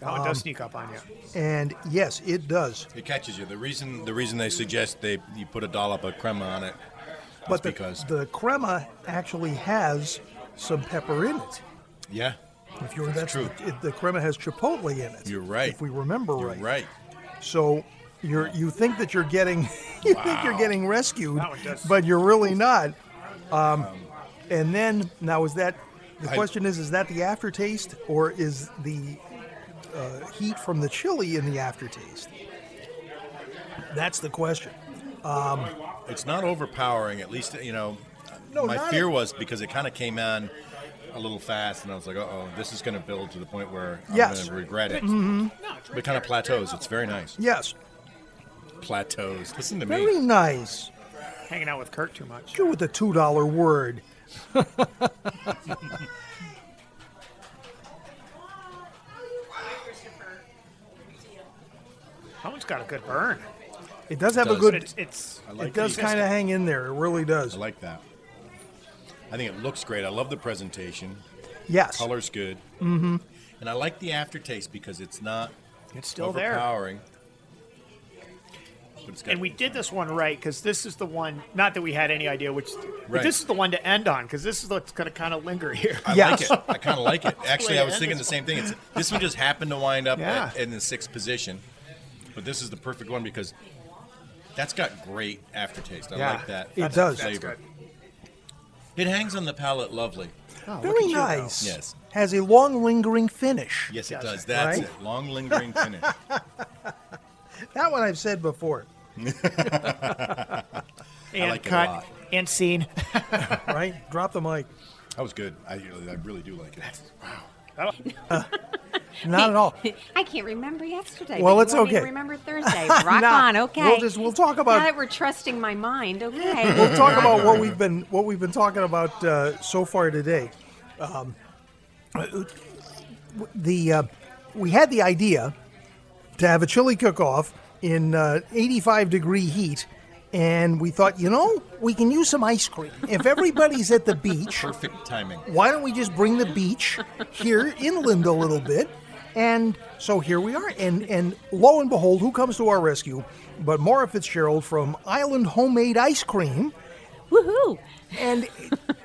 Speaker 4: That one
Speaker 5: Um,
Speaker 4: does sneak up on you.
Speaker 3: and yes, it does.
Speaker 5: It catches you. The reason the reason they suggest they you put a dollop of crema on it, is
Speaker 3: But the,
Speaker 5: because
Speaker 3: the crema actually has some pepper in it.
Speaker 5: yeah,
Speaker 3: If you're that's,
Speaker 5: true.
Speaker 3: The, it- the crema has chipotle in it.
Speaker 5: You're right.
Speaker 3: If we remember
Speaker 5: you're
Speaker 3: right.
Speaker 5: right.
Speaker 3: So you're you think that you're getting you think you're
Speaker 5: Wow.
Speaker 3: getting rescued,
Speaker 4: That one does-
Speaker 3: but you're really not. Um, and then now is that the
Speaker 5: I-
Speaker 3: question is is that the aftertaste or is the uh, heat from the chili in the aftertaste? That's the question.
Speaker 5: It's not overpowering. At least you know.
Speaker 3: No,
Speaker 5: my
Speaker 3: not
Speaker 5: fear
Speaker 3: at-
Speaker 5: was because it kind of came on a little fast, and I was like, uh oh, this is going to build to the point where
Speaker 3: Yes.
Speaker 5: I'm going to regret it.
Speaker 4: No, it's
Speaker 5: But it kind of plateaus. It's very nice.
Speaker 3: Yes,
Speaker 5: Plateaus. Listen to
Speaker 3: very
Speaker 5: me.
Speaker 3: nice.
Speaker 4: hanging out with Kurt too much.
Speaker 3: Good with the two dollar word.
Speaker 4: That one's got a good burn.
Speaker 3: It does have a
Speaker 5: does.
Speaker 3: good.
Speaker 4: But it's it's
Speaker 5: I like
Speaker 3: it does
Speaker 5: these.
Speaker 3: kind of hang in there. It really does.
Speaker 5: I like that. I think it looks great. I love the presentation.
Speaker 3: yes.
Speaker 5: Color's good. Mm-hmm. And I like the aftertaste because it's not
Speaker 4: it's still there.
Speaker 5: overpowering. But it's got-
Speaker 4: And we did this one right because this is the one. Not that we had any idea which. But
Speaker 5: Right.
Speaker 4: this is the one to end on because this is what's going to kind of linger here.
Speaker 5: I
Speaker 3: Yes.
Speaker 5: like it. I kind of like it. Actually, I was
Speaker 4: end
Speaker 5: thinking the
Speaker 4: this
Speaker 5: same thing. It's, this one just happened to wind up
Speaker 4: Yeah.
Speaker 5: at, in the sixth position, but this is the perfect one because that's got great aftertaste. I
Speaker 4: Yeah.
Speaker 5: like that.
Speaker 3: It does. That's
Speaker 5: Flavor. It hangs on the palate lovely.
Speaker 3: Very nice.
Speaker 5: Yes.
Speaker 3: Has a long lingering finish.
Speaker 5: Yes, it
Speaker 4: Yes.
Speaker 5: does. That's
Speaker 3: Right?
Speaker 5: it. Long lingering finish.
Speaker 3: That one I've said before,
Speaker 4: And
Speaker 5: like it a
Speaker 4: cut
Speaker 5: lot.
Speaker 4: and scene.
Speaker 3: right? Drop the mic.
Speaker 5: That was good. I, I really do like it.
Speaker 3: Not at all.
Speaker 8: I can't remember yesterday.
Speaker 3: Well,
Speaker 8: but you
Speaker 3: it's
Speaker 8: want me to
Speaker 3: okay.
Speaker 8: Remember Thursday. Rock
Speaker 3: Nah,
Speaker 8: on. Okay.
Speaker 3: We'll just we'll talk
Speaker 8: now that
Speaker 3: about
Speaker 8: we're trusting my mind. Okay.
Speaker 3: we'll talk about what we've been what we've been talking about uh, so far today. Um, uh, the uh, we had the idea to have a chili cook-off in uh, 85 degree heat. And we thought, you know, we can use some ice cream. If everybody's at the beach,
Speaker 5: Perfect timing.
Speaker 3: why don't we just bring the beach here inland a little bit? And so here we are. And and lo and behold, who comes to our rescue? But Maura Fitzgerald from Island Homemade Ice Cream.
Speaker 8: Woohoo!
Speaker 3: And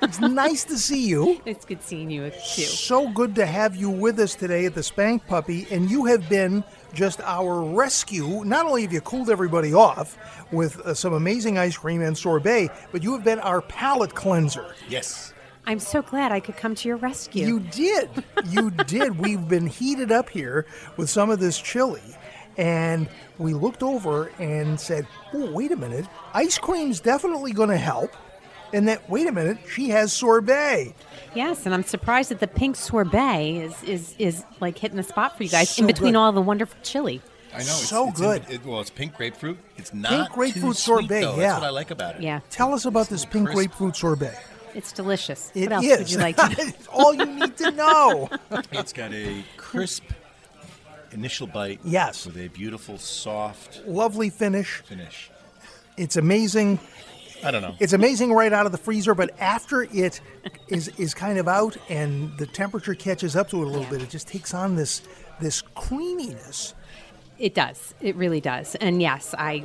Speaker 3: it's nice to see you.
Speaker 8: It's good seeing you too.
Speaker 3: So good to have you with us today at the Spank Puppy. And you have been just our rescue. Not only have you cooled everybody off with uh, some amazing ice cream and sorbet, but you have been our palate cleanser.
Speaker 5: Yes.
Speaker 8: I'm so glad I could come to your rescue.
Speaker 3: You did. You did. We've been heated up here with some of this chili. And we looked over and said, oh, wait a minute. Ice cream's definitely going to help. And that, wait a minute, she has sorbet.
Speaker 8: yes, and I'm surprised that the pink sorbet is is is like hitting the spot for you guys
Speaker 3: So
Speaker 8: in between
Speaker 3: good.
Speaker 8: all the wonderful chili.
Speaker 5: I know. It's,
Speaker 3: So
Speaker 5: it's
Speaker 3: good.
Speaker 5: In, it, well, it's pink grapefruit. It's not
Speaker 3: grapefruit
Speaker 5: too sweet,
Speaker 3: sorbet,
Speaker 5: Though.
Speaker 3: yeah.
Speaker 5: That's what I like about it.
Speaker 8: Yeah,
Speaker 3: Tell us about this pink
Speaker 5: crisp.
Speaker 3: grapefruit sorbet.
Speaker 8: it's delicious.
Speaker 3: It
Speaker 8: what else
Speaker 3: is.
Speaker 8: would you like? To
Speaker 3: It's all you need to know.
Speaker 5: It's got a crisp initial bite.
Speaker 3: Yes.
Speaker 5: With a beautiful soft
Speaker 3: Lovely finish.
Speaker 5: finish.
Speaker 3: It's amazing.
Speaker 5: I don't know.
Speaker 3: It's amazing right out of the freezer, but after it is is kind of out and the temperature catches up to it a little bit, it just takes on this this creaminess.
Speaker 8: It does. It really does. And yes, I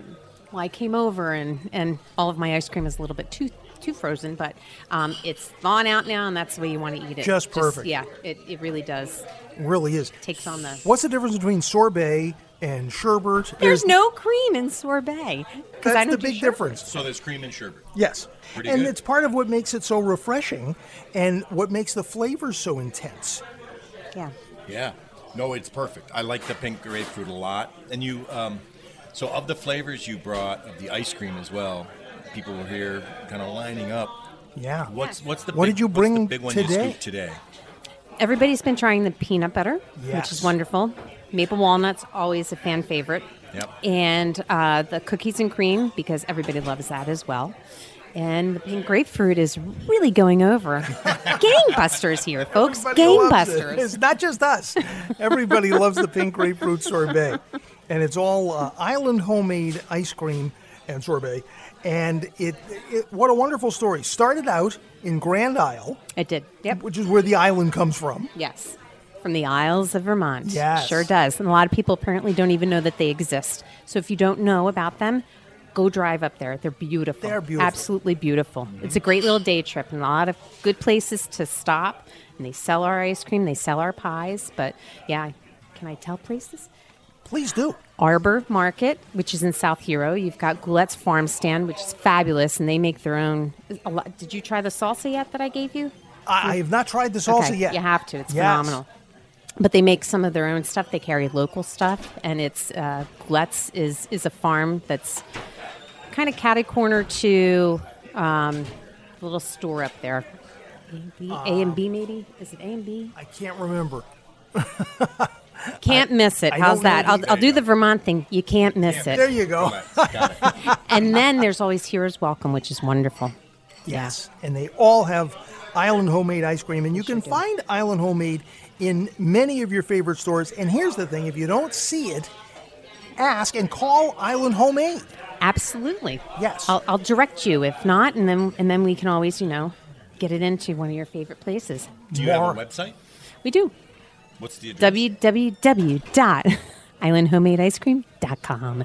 Speaker 8: well, I came over and and all of my ice cream is a little bit too too frozen, but um, it's thawing out now, and that's the way you want to eat it.
Speaker 3: Just perfect.
Speaker 8: yeah, it, it really does.
Speaker 3: Really is.
Speaker 8: Takes on the-
Speaker 3: What's the difference between sorbet and sherbet?
Speaker 8: There's no cream in sorbet. 'cause
Speaker 3: That's
Speaker 8: I don't
Speaker 3: the
Speaker 8: do
Speaker 3: big
Speaker 8: sherbet.
Speaker 3: difference.
Speaker 5: So there's cream and sherbet.
Speaker 3: Yes.
Speaker 5: Pretty
Speaker 3: and
Speaker 5: good.
Speaker 3: it's part of what makes it so refreshing and what makes the flavors so intense.
Speaker 8: Yeah.
Speaker 5: Yeah. No, it's perfect. I like the pink grapefruit a lot. And you, um, so of the flavors you brought of the ice cream as well, people were here kind of lining up.
Speaker 3: Yeah.
Speaker 5: What's what's the
Speaker 3: What
Speaker 5: big,
Speaker 3: did you
Speaker 5: what's
Speaker 3: bring
Speaker 5: the big one
Speaker 3: today?
Speaker 5: You scooped today?
Speaker 8: Everybody's been trying the peanut butter, which
Speaker 3: Yes.
Speaker 8: is wonderful. Maple walnuts always a fan favorite.
Speaker 5: Yep.
Speaker 8: And uh, the cookies and cream because everybody loves that as well. And the pink grapefruit is really going over. Gangbusters here, folks.
Speaker 3: Everybody loves it.
Speaker 8: Gangbusters.
Speaker 3: It's not just us. Everybody loves the pink grapefruit sorbet. And it's all uh, island homemade ice cream and sorbet. And it, it, what a wonderful story. Started out in Grand Isle,
Speaker 8: It did. Yep.
Speaker 3: which is where the island comes from.
Speaker 8: Yes. From the Isles of Vermont.
Speaker 3: Yes.
Speaker 8: Sure does. And a lot of people apparently don't even know that they exist. So if you don't know about them, go drive up there. They're beautiful.
Speaker 3: They're beautiful.
Speaker 8: Absolutely beautiful. It's a great little day trip and a lot of good places to stop. And they sell our ice cream, they sell our pies. But yeah, can I tell places?
Speaker 3: Please do.
Speaker 8: Arbor Market, which is in South Hero. You've got Goulette's Farm Stand, which is fabulous, and they make their own. A lot. Did you try the salsa yet that I gave you?
Speaker 3: I, I have not tried this also
Speaker 8: Okay,
Speaker 3: yet.
Speaker 8: You have to. It's
Speaker 3: Yes.
Speaker 8: phenomenal. But they make some of their own stuff. They carry local stuff, and it's uh, Gletz is is a farm that's kind of catty corner to um, a little store up there. A and B- A and B maybe is it A and B?
Speaker 3: I can't remember.
Speaker 8: Can't miss it.
Speaker 3: I don't
Speaker 8: How's
Speaker 3: know
Speaker 8: that?
Speaker 3: the-
Speaker 8: I'll, I'll do the Vermont thing. You can't miss
Speaker 3: There
Speaker 8: it.
Speaker 3: you go.
Speaker 5: Got it.
Speaker 8: And then there's always Heroes Welcome, which is wonderful.
Speaker 3: Yes, and they all have Island Homemade ice cream, and you can find Island Homemade in many of your favorite stores. And here's the thing: if you don't see it, ask and call Island Homemade.
Speaker 8: Absolutely.
Speaker 3: Yes.
Speaker 8: I'll, I'll direct you if not, and then and then we can always you know get it into one of your favorite places.
Speaker 5: Do you have a
Speaker 3: More.
Speaker 5: website?
Speaker 8: We do.
Speaker 5: What's the address?
Speaker 8: www.islandhomemadeicecream.com.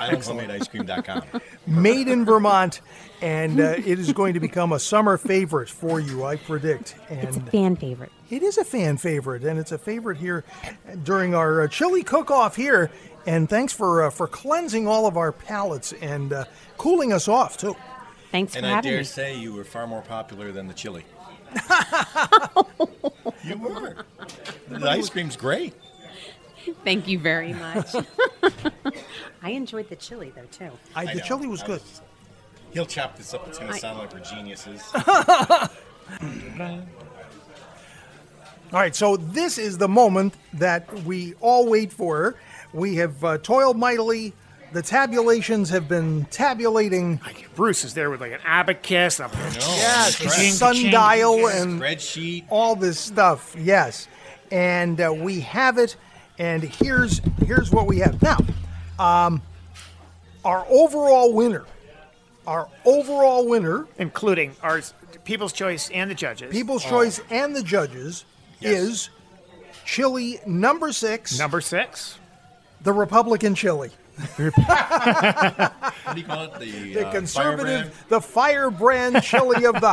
Speaker 5: islandhomemadeicecream.com.
Speaker 3: Made in Vermont, and uh, it is going to become a summer favorite for you, I predict.
Speaker 8: It's a
Speaker 3: And
Speaker 8: fan favorite.
Speaker 3: it is a fan favorite, and it's a favorite here during our uh, chili cook-off here. And thanks for uh, for cleansing all of our palates and uh, cooling us off too.
Speaker 8: Thanks
Speaker 5: And
Speaker 8: for
Speaker 5: I
Speaker 8: having
Speaker 5: dare
Speaker 8: me.
Speaker 5: say you were far more popular than the chili. you were. The ice cream's great.
Speaker 8: Thank you very much. I enjoyed the chili though too.
Speaker 3: I,
Speaker 5: I
Speaker 3: the
Speaker 5: know.
Speaker 3: chili was
Speaker 5: I
Speaker 3: good.
Speaker 5: He'll chop this up. It's going
Speaker 8: I-
Speaker 5: to sound like we're geniuses.
Speaker 3: All right, so this is the moment that we all wait for. We have uh, toiled mightily. The tabulations have been tabulating.
Speaker 4: Bruce is there with like an abacus. A
Speaker 5: Yes,
Speaker 3: the
Speaker 4: Ka-ching, ka-ching.
Speaker 3: sundial and
Speaker 5: Spreadsheet.
Speaker 3: all this stuff. Yes, and uh, we have it. And here's here's what we have now. Um, our overall winner, our overall winner,
Speaker 4: including ours, People's Choice and the judges.
Speaker 3: People's Choice and the judges
Speaker 5: Yes.
Speaker 3: is chili number six,
Speaker 4: Number six.
Speaker 3: the Republican chili.
Speaker 5: What do you call it? The,
Speaker 3: the
Speaker 5: uh,
Speaker 3: conservative,
Speaker 5: firebrand?
Speaker 3: the firebrand chili of the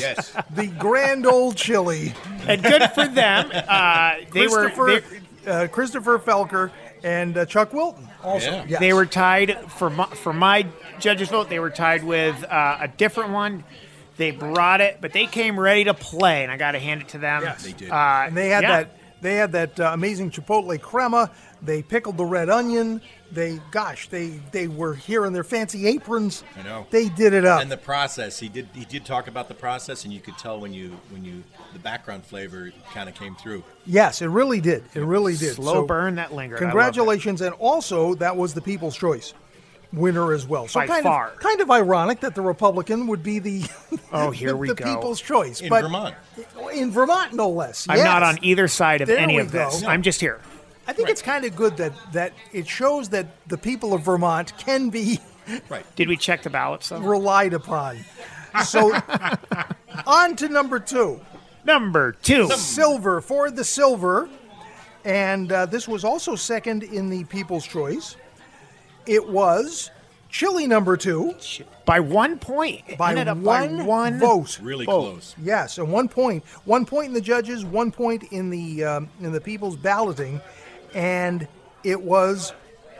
Speaker 5: Yes.
Speaker 3: The grand old chili.
Speaker 4: And good for them. Uh, they were
Speaker 3: Christopher,
Speaker 4: they,
Speaker 3: uh, Christopher Felker and uh, Chuck Wilton also.
Speaker 5: Yeah.
Speaker 3: Yes.
Speaker 4: they were tied for my, for my judges vote. They were tied with uh, a different one. They brought it, but they came ready to play, and I got to hand it to them.
Speaker 3: Yes.
Speaker 5: They did.
Speaker 4: Uh,
Speaker 3: And they had
Speaker 4: yeah.
Speaker 3: that. They had that uh, amazing chipotle crema. They pickled the red onion. They, gosh, they they were here in their fancy aprons.
Speaker 5: I know.
Speaker 3: They did it up.
Speaker 5: and the process. He did. He did talk about the process, and you could tell when you when you the background flavor kind of came through.
Speaker 3: yes, it really did. It really did.
Speaker 4: slow
Speaker 3: So-
Speaker 4: burn that lingered. I loved it.
Speaker 3: Congratulations, and also that was the People's Choice winner as well. So
Speaker 4: By
Speaker 3: kind
Speaker 4: far.
Speaker 3: of kind of ironic that the Republican would be the
Speaker 4: Oh, here
Speaker 3: the,
Speaker 4: we
Speaker 3: the
Speaker 4: go.
Speaker 3: People's Choice
Speaker 5: In
Speaker 3: but
Speaker 5: Vermont.
Speaker 3: in Vermont no less.
Speaker 4: I'm not
Speaker 3: yes.
Speaker 4: on either side of
Speaker 3: There
Speaker 4: any
Speaker 3: we
Speaker 4: of this.
Speaker 3: go.
Speaker 4: I'm just here.
Speaker 3: I think it's kind of good that that it shows that the people of Vermont can be
Speaker 5: Right.
Speaker 4: Did we check the ballots? Though?
Speaker 3: relied upon. So on to number two,
Speaker 4: Number two.
Speaker 3: silver for the silver. And uh, this was also second in the People's Choice. It was Chili number two
Speaker 4: By one point. It
Speaker 3: by
Speaker 4: ended up
Speaker 3: one,
Speaker 4: by one
Speaker 3: vote.
Speaker 5: Really close.
Speaker 3: Yes, and one point, one point in the judges, one point in the um, in the people's balloting, and it was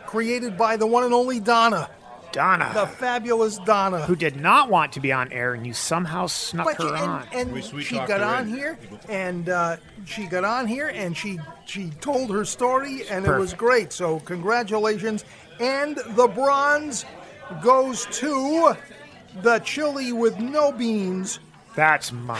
Speaker 3: created by the one and only Donna,
Speaker 4: Donna,
Speaker 3: the fabulous Donna.
Speaker 4: who did not want to be on air, and you somehow snuck
Speaker 3: But
Speaker 4: her
Speaker 3: and,
Speaker 4: on.
Speaker 3: and
Speaker 5: We- we
Speaker 3: she
Speaker 5: talked
Speaker 3: got
Speaker 5: her
Speaker 3: on
Speaker 5: in.
Speaker 3: here, and uh, she got on here, and she she told her story, and it was
Speaker 4: Perfect.
Speaker 3: great. So congratulations, and the bronze goes to the chili with no beans.
Speaker 4: That's my.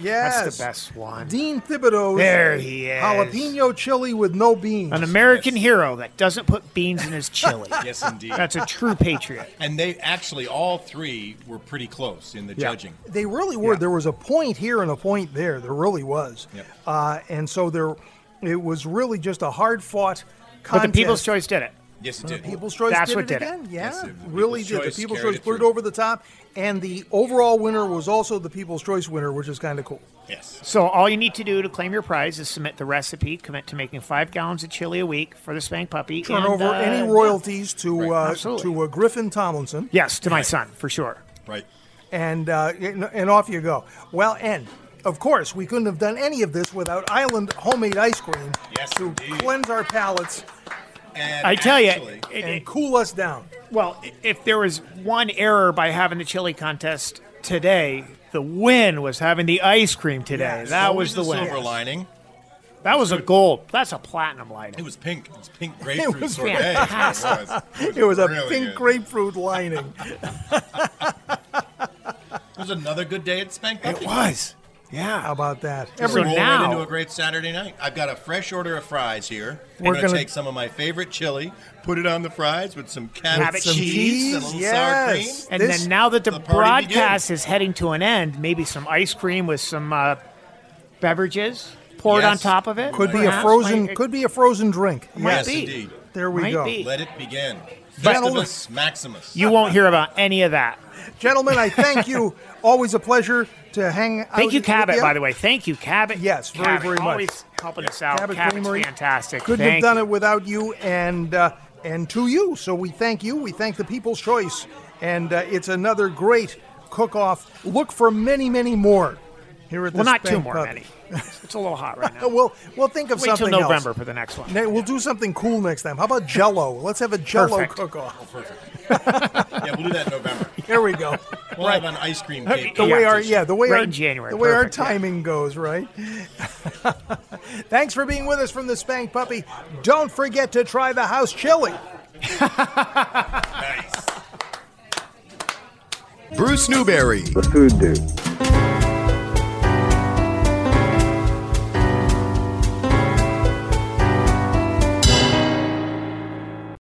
Speaker 3: Yes.
Speaker 4: That's the best one.
Speaker 3: Dean Thibodeau's
Speaker 4: There he is.
Speaker 3: jalapeno chili with no beans.
Speaker 4: An American hero that doesn't put beans in his chili.
Speaker 5: Yes, indeed.
Speaker 4: That's a true patriot.
Speaker 5: and they actually all three were pretty close in the
Speaker 4: Yeah.
Speaker 5: judging.
Speaker 3: they really were. There was a point here and a point there. There really was.
Speaker 5: Yep.
Speaker 3: Uh, and so there, it was really just a hard fought
Speaker 4: But
Speaker 3: contest.
Speaker 4: the People's Choice did it.
Speaker 5: Yes, it did.
Speaker 3: People's Choice
Speaker 4: That's
Speaker 3: did
Speaker 4: what
Speaker 3: it
Speaker 4: did it.
Speaker 3: again. Yeah,
Speaker 5: Yes, the People's
Speaker 3: really did. The
Speaker 5: Choice
Speaker 3: People's
Speaker 5: carried
Speaker 3: Choice
Speaker 5: it
Speaker 3: put it
Speaker 5: through.
Speaker 3: over the top, and the overall winner was also the People's Choice winner, which is kind of cool.
Speaker 5: yes.
Speaker 4: So all you need to do to claim your prize is submit the recipe, commit to making five gallons of chili a week for the Spank Puppy.
Speaker 3: Turn
Speaker 4: and,
Speaker 3: over
Speaker 4: uh,
Speaker 3: any royalties to uh,
Speaker 4: absolutely.
Speaker 3: to uh, Griffin Tomlinson.
Speaker 4: Yes, to my son for sure.
Speaker 5: Right.
Speaker 3: and uh, and and off you go. Well, and of course, we couldn't have done any of this without Island homemade ice cream
Speaker 5: Yes,
Speaker 3: to
Speaker 5: indeed.
Speaker 3: cleanse our palates
Speaker 5: And
Speaker 4: I tell you,
Speaker 5: actually-
Speaker 3: and
Speaker 4: it- it-
Speaker 3: cool us down.
Speaker 4: well, i- if there was one error by having the chili contest today, the win was having the ice cream today.
Speaker 3: Yes.
Speaker 4: that
Speaker 5: always
Speaker 4: was the
Speaker 5: a
Speaker 4: win.
Speaker 5: silver lining.
Speaker 4: That was a gold. That's a platinum
Speaker 5: It
Speaker 4: lighting.
Speaker 5: was pink. It was pink grapefruit
Speaker 3: was
Speaker 5: sorbet.
Speaker 4: fantastic.
Speaker 5: It was,
Speaker 3: It was a
Speaker 5: really
Speaker 3: pink
Speaker 5: good.
Speaker 3: grapefruit lining.
Speaker 5: It was another good day at Spank Puppy.
Speaker 4: was. Yeah.
Speaker 3: How about that?
Speaker 5: Just
Speaker 4: So
Speaker 5: roll
Speaker 4: now-
Speaker 5: right into a great Saturday night. I've got a fresh order of fries here.
Speaker 3: We're
Speaker 5: We're gonna,
Speaker 3: gonna-
Speaker 5: take some of my favorite chili, put it on the fries with some cabbage,
Speaker 4: Cabbage
Speaker 5: cheese,
Speaker 3: cheese,
Speaker 5: and a little sour cream.
Speaker 3: yes.
Speaker 4: And
Speaker 3: This-
Speaker 4: then now that the,
Speaker 5: the party
Speaker 4: broadcast is heading to an end, maybe some ice cream with some uh, beverages poured on
Speaker 5: Yes.
Speaker 4: top of it.
Speaker 3: Could be a
Speaker 4: perhaps.
Speaker 3: frozen.
Speaker 4: Might-
Speaker 3: Could be a frozen drink.
Speaker 4: might
Speaker 5: Yes,
Speaker 4: be.
Speaker 5: indeed.
Speaker 3: There we
Speaker 4: might
Speaker 3: go,
Speaker 4: be.
Speaker 5: Let it begin.
Speaker 3: Gentlemen-
Speaker 5: Festivus Maximus.
Speaker 4: You won't hear about any of that.
Speaker 3: gentlemen. I thank you. Always a pleasure to hang.
Speaker 4: Thank you, Cabot, by the way. Thank you, Cabot.
Speaker 3: Yes, very,
Speaker 4: Cabot,
Speaker 3: very much.
Speaker 4: Always helping us out.
Speaker 3: Cabot
Speaker 4: Cabot's
Speaker 3: Creamery.
Speaker 4: fantastic.
Speaker 3: Couldn't
Speaker 4: Thank
Speaker 3: have done
Speaker 4: you.
Speaker 3: it without you and uh, and to you. So we thank you. We thank the People's Choice, and uh, it's another great cook-off. Look for many, many more here at the
Speaker 4: Well, not two
Speaker 3: Spank
Speaker 4: more,
Speaker 3: Pub.
Speaker 4: Manny. It's a little hot right
Speaker 3: Uh,
Speaker 4: now.
Speaker 3: We'll we'll think of
Speaker 4: Wait
Speaker 3: something
Speaker 4: till November
Speaker 3: else.
Speaker 4: for the next one.
Speaker 3: Ne- We'll do something cool next time. How about Jello? Let's have a Jello
Speaker 4: Perfect.
Speaker 3: cook-off.
Speaker 5: yeah, we'll do that in November.
Speaker 3: Here we go.
Speaker 5: We'll have an ice cream cake.
Speaker 3: The way our yeah, the way
Speaker 4: Right
Speaker 3: our
Speaker 4: in January.
Speaker 3: the way
Speaker 4: Perfect,
Speaker 3: our
Speaker 4: yeah.
Speaker 3: timing goes, right? Thanks for being with us from the Spank Puppy. Don't forget to try the house chili.
Speaker 5: nice.
Speaker 9: Bruce Newberry.
Speaker 10: The food dude.